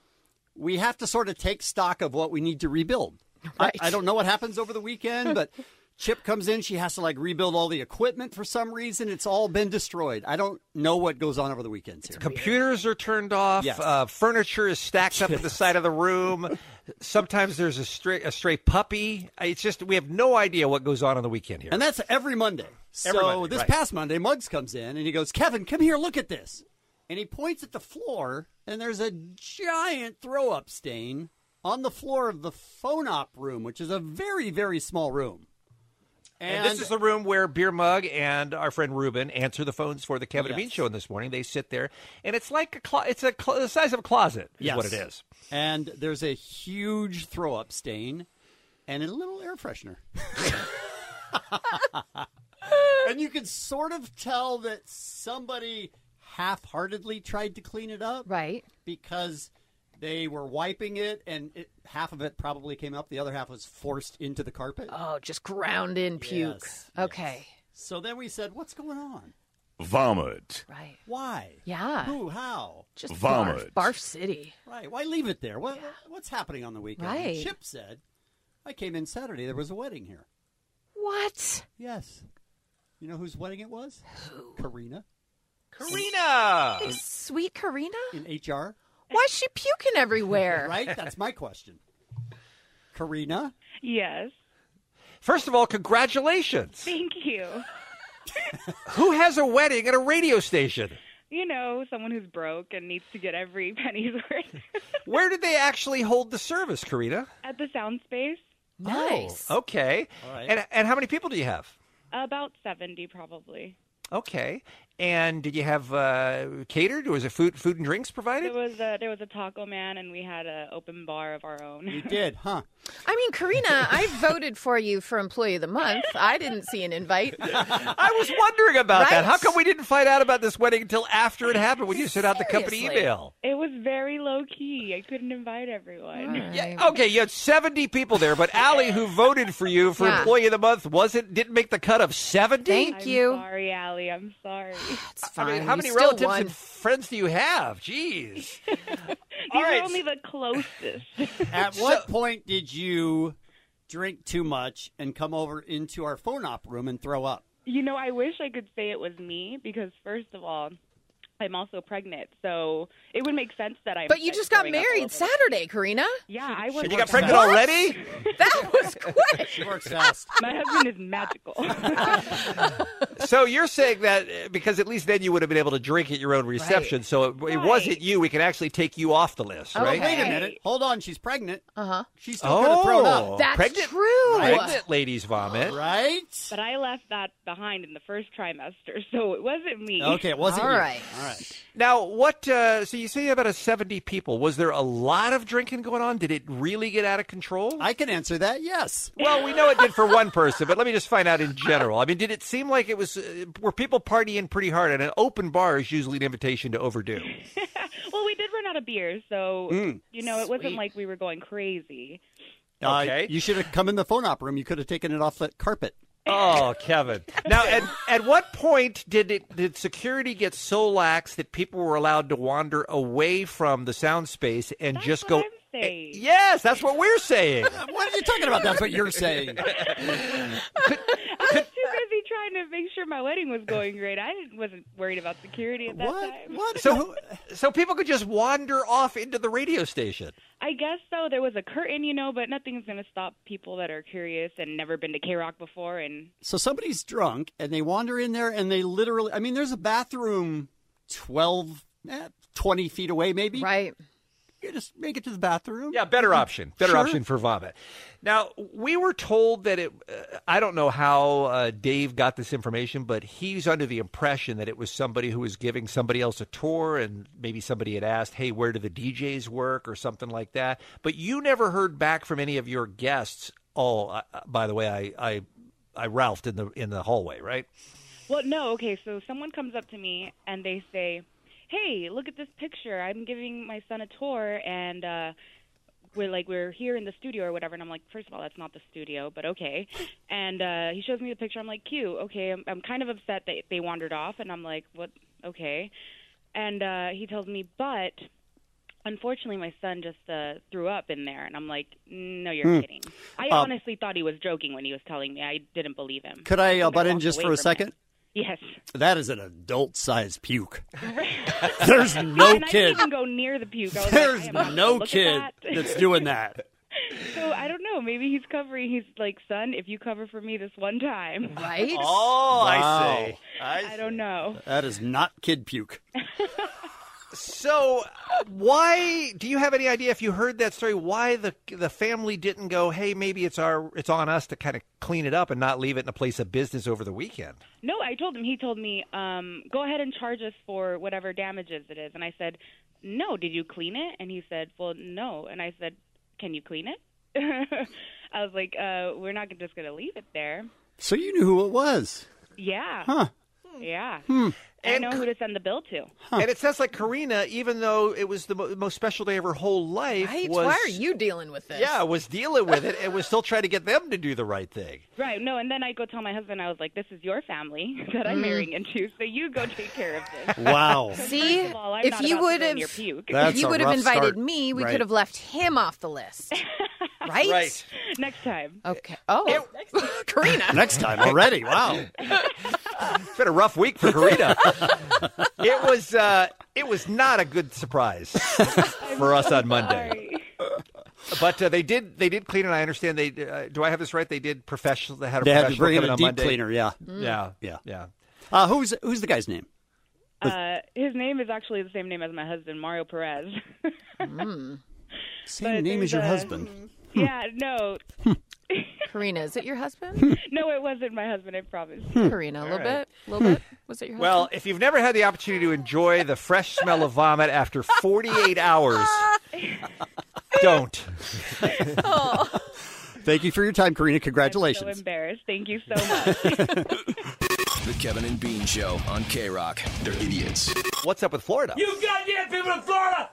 we have to sort of take stock of what we need to rebuild. I, I don't know what happens over the weekend, but Chip comes in, she has to like rebuild all the equipment for some reason. It's all been destroyed. I don't know what goes on over the weekends here.
Computers are turned off.
Yes.
Uh, furniture is stacked up at the side of the room. Sometimes there's a stray, a stray puppy. It's just we have no idea what goes on on the weekend here.
And that's every Monday.
Every
so
Monday,
this
right.
past Monday, Muggs comes in and he goes, Kevin, come here, look at this. And he points at the floor, and there's a giant throw up stain on the floor of the phone op room, which is a very, very small room.
And, this is the room where Beer Mug and our friend Ruben answer the phones for the Kevin and Bean Show this morning. They sit there, and it's like a clo- it's a clo- the size of a closet is
Yes.
what it is.
And there's a huge throw up stain and a little air freshener. and you can sort of tell that somebody half heartedly tried to clean it up.
Right.
Because they were wiping it and it, half of it probably came up, the other half was forced into the carpet.
Oh, just ground in puke. okay.
So then we said, What's going on?
Vomit.
Right.
Why?
Yeah.
Who? How?
Just
Vomit.
barf, barf city.
Right. Why leave it there? What, What's happening on the weekend? And
Right.
Chip said, I came in Saturday. There was a wedding here.
What?
Yes. You know whose wedding it was? Who? Karina.
Karina!
Sweet Karina?
In HR?
Why is she puking everywhere?
right? That's my question. Karina?
Yes.
First of all, congratulations.
Thank you.
Who has a wedding at a radio station?
You know, someone who's broke and needs to get every penny's worth
Where did they actually hold the service, Karina?
at the sound space.
Oh, okay.
All right.
And and how many people do you have?
About 70, probably.
Okay. And did you have uh, catered? Was it food food and drinks provided?
There was a, there was a taco man, and we had an open bar of our own.
You did, huh?
I mean, Karina, I voted for you for Employee of the Month. I didn't see an invite.
I was wondering about that.
Right?
How come we didn't find out about this wedding until after it happened when you sent out the company
Seriously.
email?
It was very low key. I couldn't invite everyone.
Yeah, okay, you had 70 people there, but Allie, who voted for you for
Yeah.
Employee of the Month, wasn't didn't make the cut of 70?
I'm Sorry, Allie. I'm sorry. It's
I mean, how many relatives and friends do you have? Jeez.
These
All
are
right.
only the closest.
At what point did you drink too much and come over into our phone op room and throw up?
You know, I wish I could say it was me because, first of all, I'm also pregnant, so it would make sense that I.
But you just got married Saturday, Karina.
Yeah, I was.
And you got pregnant already?
That was quick.
she works fast.
My husband is magical.
so you're saying that uh, because at least then you would have been able to drink at your own reception. So it, it wasn't you. We can actually take you off the list, right?
Wait a minute. Hold on. She's pregnant.
Uh huh.
She's still going
Oh,
to throw up.
pregnant, Pregnant ladies vomit.
Right?
But I left that behind in the first trimester, so it wasn't me.
All right.
Now, what? Uh, so you say about a seventy people. Was there a lot of drinking going on? Did it really get out of control?
I can answer that. Yes.
Well, we know it did for one person, but let me just find out in general. I mean, did it seem like it was? Uh, were people partying pretty hard? And an open bar is usually an invitation to overdo.
Well, we did run out of beer, so
Mm.
you know it wasn't
Sweet.
like we were going crazy.
Okay. Uh, you should have come in the phone op room. You could have taken it off that carpet.
Oh, Kevin. Now, at, at what point did it did security get so lax that people were allowed to wander away from the sound space and just go?
Say,
Yes, that's what we're saying.
Eh, what are you talking about? That's what you're saying.
I was too busy trying to make sure my wedding was going great. I didn't, wasn't worried about security at that time.
So, so people could just wander off into the radio station.
I guess so. There was a curtain, you know, but nothing's going to stop people that are curious and never been to K Rock before. And
So somebody's drunk and they wander in there and they literally, I mean, there's a bathroom 12, eh, 20 feet away, maybe.
Right.
You just make it to the bathroom.
Yeah, better option. Better
Mm, Sure.
option for vomit. Now, we were told that it, uh, I don't know how uh, Dave got this information, but he's under the impression that it was somebody who was giving somebody else a tour and maybe somebody had asked, hey, where do the DJs work or something like that. But you never heard back from any of your guests. Oh, uh, uh, by the way, I. I I Ralphed in the in the hallway, right?
well, no, okay. So someone comes up to me and they say, "Hey, look at this picture. I'm giving my son a tour, and uh, we're like we're here in the studio or whatever." And I'm like, first of all, that's not the studio, but okay." And uh, he shows me the picture. I'm like, "Cute, okay." I'm, I'm kind of upset that they wandered off, and I'm like, "What? Okay." And uh, he tells me, "But." Unfortunately, my son just uh, threw up in there, and I'm like, "No, you're
Hmm.
kidding." I
Um,
honestly thought he was joking when he was telling me. I didn't believe him.
Could I uh,
think
butt in
walked
just
away
for a
from it.
second?
Yes.
That is an adult sized puke. There's no
and I
kid.
didn't even go near the puke. I was like, I
There's
am not gonna
no
look at
kid
that.
that's doing that.
So I don't know. Maybe he's covering. He's like, son, if you cover for me this one time,
right?
Oh, I Wow. see.
I, don't know.
That is not kid puke.
So, why do you have any idea if you heard that story? Why the the family didn't go? Hey, maybe it's our it's on us to kind of clean it up and not leave it in a place of business over the weekend.
No, I told him. He told me, um, go ahead and charge us for whatever damages it is. And I said, no, did you clean it? And he said, well, no. And I said, can you clean it? I was like, uh, we're not just going to leave it there.
So you knew who it was.
Yeah.
Huh.
Yeah.
Hmm.
I know who to send the bill to.
And it sounds like Karina, even though it was the mo- most special day of her whole life,
Right?
was
Why are you dealing with this?
yeah was dealing with it and was still trying to get them to do the right thing.
Right. No, and then I go tell my husband, I was like, this is your family that I'm
Mm.
marrying into, so you go take care of this.
Wow.
See,
First of all, I'm
if
not
you
about to
would
ruin
have,
your puke.
if you would have invited me, we
Right.
could have left him off the list, right?
Right.
Next time.
Okay. Oh, Karina.
Next time already. Wow. it's been a rough week for Karina. it was uh, it was not a good surprise for us on Monday. But uh, they did they did clean it. I understand they uh, do I have this right? They did professional they had a
They had to
professional
bring in
come
a
on
deep
Monday.
cleaner, yeah. Mm.
Yeah.
Yeah.
Yeah.
Uh, who's who's the guy's name?
Uh, his name is actually the same name as my husband, Mario Perez.
Mm.
Same name as your
there's a-
um,
husband.
yeah, no,
Karina, is it your husband?
no, it wasn't my husband. I promise.
Karina, a little bit, a little bit. Was it your husband?
Well, if you've never had the opportunity to enjoy the fresh smell of vomit after 48 hours, don't. Oh.
Oh.
Thank you for your time, Karina.
So
Hmm. Congratulations.
embarrassed. Thank you so much.
The Kevin and Bean Show on K Rock. They're idiots.
What's up with Florida?
You goddamn people in Florida!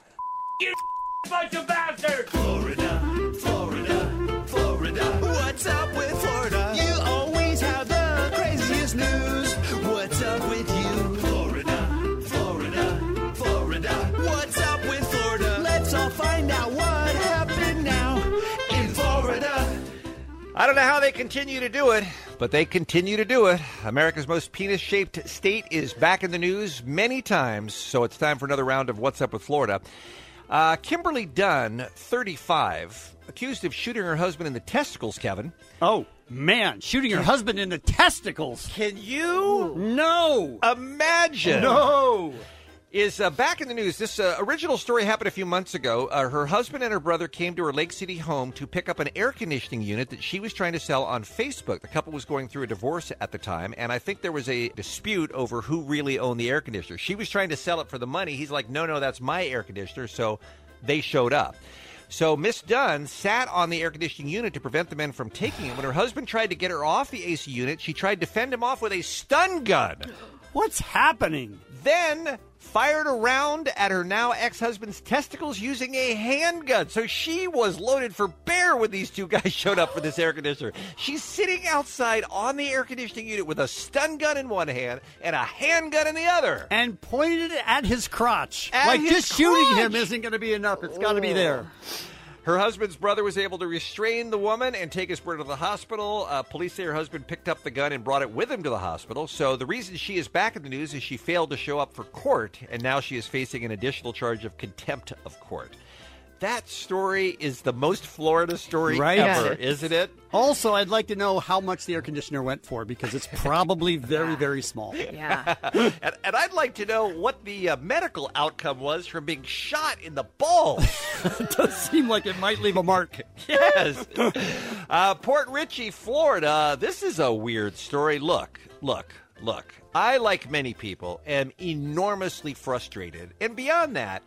You bunch of bastards! Florida, Florida, Florida. What's up with Florida? You always have the craziest news. What's up with you? Florida, Florida, Florida. What's up with Florida? Let's all find out what happened now in Florida.
I don't know how they continue to do it, but they continue to do it. America's most penis shaped state is back in the news many times, so it's time for another round of What's Up with Florida. Uh, Kimberly Dunn, 35, accused of shooting her husband in the testicles, Kevin.
Oh, man, shooting her husband in the testicles.
Can you?
No.
Imagine.
No.
Is uh, back in the news. This uh, original story happened a few months ago. Uh, her husband and her brother came to her Lake City home to pick up an air conditioning unit that she was trying to sell on Facebook. The couple was going through a divorce at the time, and I think there was a dispute over who really owned the air conditioner. She was trying to sell it for the money. He's like, no, no, that's my air conditioner. So they showed up. So Miss Dunn sat on the air conditioning unit to prevent the men from taking it. When her husband tried to get her off the AC unit, she tried to fend him off with a stun gun.
What's happening?
Then fired a round at her now ex-husband's testicles using a handgun. So she was loaded for bear when these two guys showed up for this air conditioner. She's sitting outside on the air conditioning unit with a stun gun in one hand and a handgun in the other.
And pointed it at his crotch.
At
like
his
just shooting
crotch.
him isn't going to be enough. It's got to be there.
Her husband's brother was able to restrain the woman and take his brother to the hospital. Uh, police say her husband picked up the gun and brought it with him to the hospital. So the reason she is back in the news is she failed to show up for court, and now she is facing an additional charge of contempt of court. That story is the most Florida story
Right?
ever, isn't it?
Also, I'd like to know how much the air conditioner went for because it's probably very, very small.
Yeah. and, and I'd like to know what the uh, medical outcome was from being shot in the balls.
it does seem like it might leave a mark.
yes. Uh, Port Richey, Florida. This is a weird story. Look, look, look. I, like many people, am enormously frustrated and beyond that,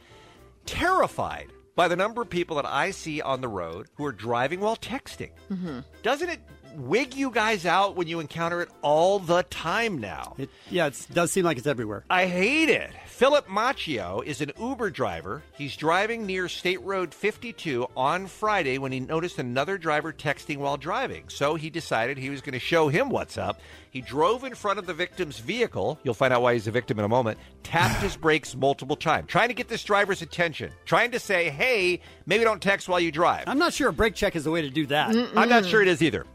terrified by the number of people that I see on the road who are driving while texting.
Mm-hmm.
Doesn't it wig you guys out when you encounter it all the time now?
It, yeah, it does seem like it's everywhere.
I hate it. Philip Macchio is an Uber driver. He's driving near State Road 52 on Friday when he noticed another driver texting while driving. So he decided he was going to show him what's up. He drove in front of the victim's vehicle. You'll find out why he's a victim in a moment. Tapped his brakes multiple times, trying to get this driver's attention, trying to say, hey, maybe don't text while you drive.
I'm not sure a brake check is the way to do that.
I'm not sure it is either.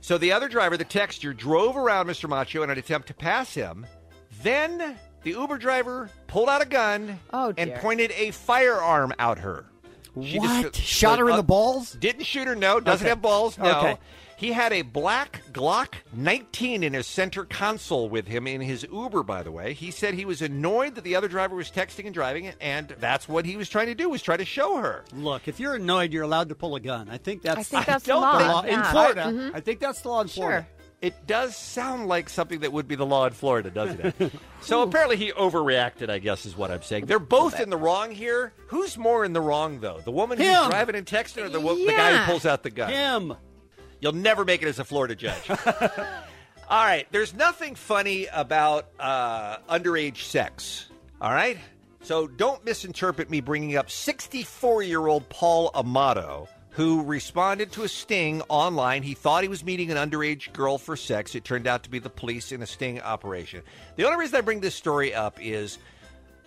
So the other driver, the texter, drove around Mr. Macho in an attempt to pass him. Then the Uber driver pulled out a gun and
dear.
pointed a firearm at her.
What? Shot her in the balls?
Uh, Didn't shoot her, no. Doesn't
Okay.
have balls, no.
Okay.
He had a black Glock 19 in his center console with him in his Uber, by the way. He said he was annoyed that the other driver was texting and driving, and that's what he was trying to do, was try to show her.
Look, if you're annoyed, you're allowed to pull a gun. I think that's,
I think that's the
don't
law.
in
Yeah.
Florida.
Mhm.
I think that's the law in Florida.
It does sound like something that would be the law in Florida, doesn't it? so apparently he overreacted, I guess, is what I'm saying. They're both in the wrong here. Who's more in the wrong, though? The woman who's
Him.
driving and texting or the, wo- the guy
Yeah.
who pulls out the gun?
Him.
You'll never make it as a Florida judge. all right. There's nothing funny about uh, underage sex. All right. So don't misinterpret me bringing up 64 year old Paul Amato, who responded to a sting online. He thought he was meeting an underage girl for sex. It turned out to be the police in a sting operation. The only reason I bring this story up is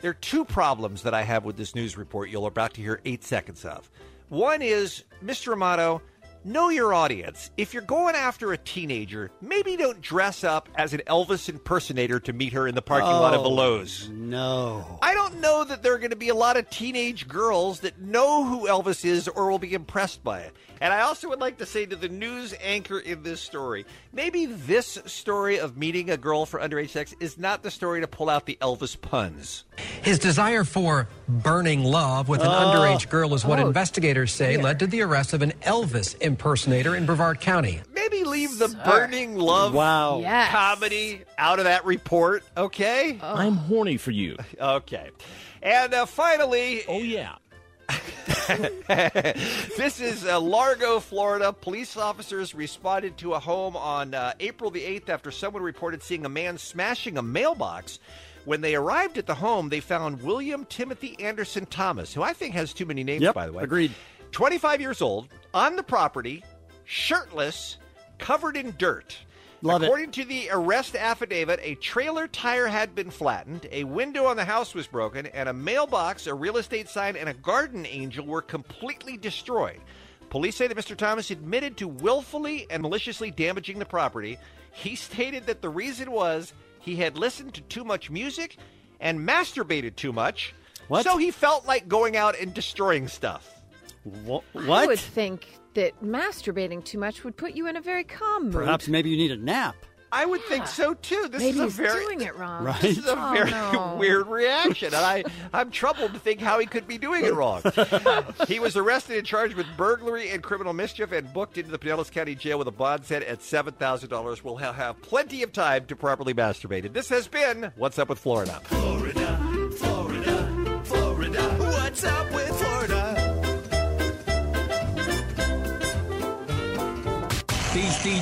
there are two problems that I have with this news report you'll about to hear eight seconds of. One is, Mr. Amato, know your audience. If you're going after a teenager, maybe don't dress up as an Elvis impersonator to meet her in the parking lot of a
Oh,
Lowe's.
No.
I don't know that there are going to be a lot of teenage girls that know who Elvis is or will be impressed by it. And I also would like to say to the news anchor in this story maybe this story of meeting a girl for underage sex is not the story to pull out the Elvis puns.
His desire for burning love with an
Oh.
underage girl is what
Oh,
investigators say
dear.
led to the arrest of an Elvis impersonator in Brevard County.
Maybe leave the burning love
Wow. Yes.
comedy out of that report, okay?
I'm horny for you.
Okay. And uh, finally. Oh,
yeah.
this is uh, Largo, Florida. Police officers responded to a home on uh, April the 8th after someone reported seeing a man smashing a mailbox. When they arrived at the home, they found William Timothy Anderson Thomas, who I think has too many names, by the way. Agreed. 25 years old, on the property, shirtless, covered in dirt. According to the arrest affidavit, a trailer tire had been flattened, a window on the house was broken, and a mailbox, a real estate sign, and a garden angel were completely destroyed. Police say that Mr. Thomas admitted to willfully and maliciously damaging the property. He stated that the reason was he had listened to too much music and masturbated too much, so he felt like going out and destroying stuff.
What?
I would think that masturbating too much would put you in a very calm mood.
Perhaps maybe you need a nap.
I would think so too. This
Maybe
is a
he's
very
doing it wrong.
Right.
This is a
Oh,
very
no.
weird reaction, and I I'm troubled to think how he could be doing it wrong. he was arrested and charged with burglary and criminal mischief, and booked into the Pinellas County Jail with a bond set at seven thousand dollars. We'll ha- have plenty of time to properly masturbate. And this has been what's up with Florida.
Florida, Florida, Florida. What's up with Florida?
These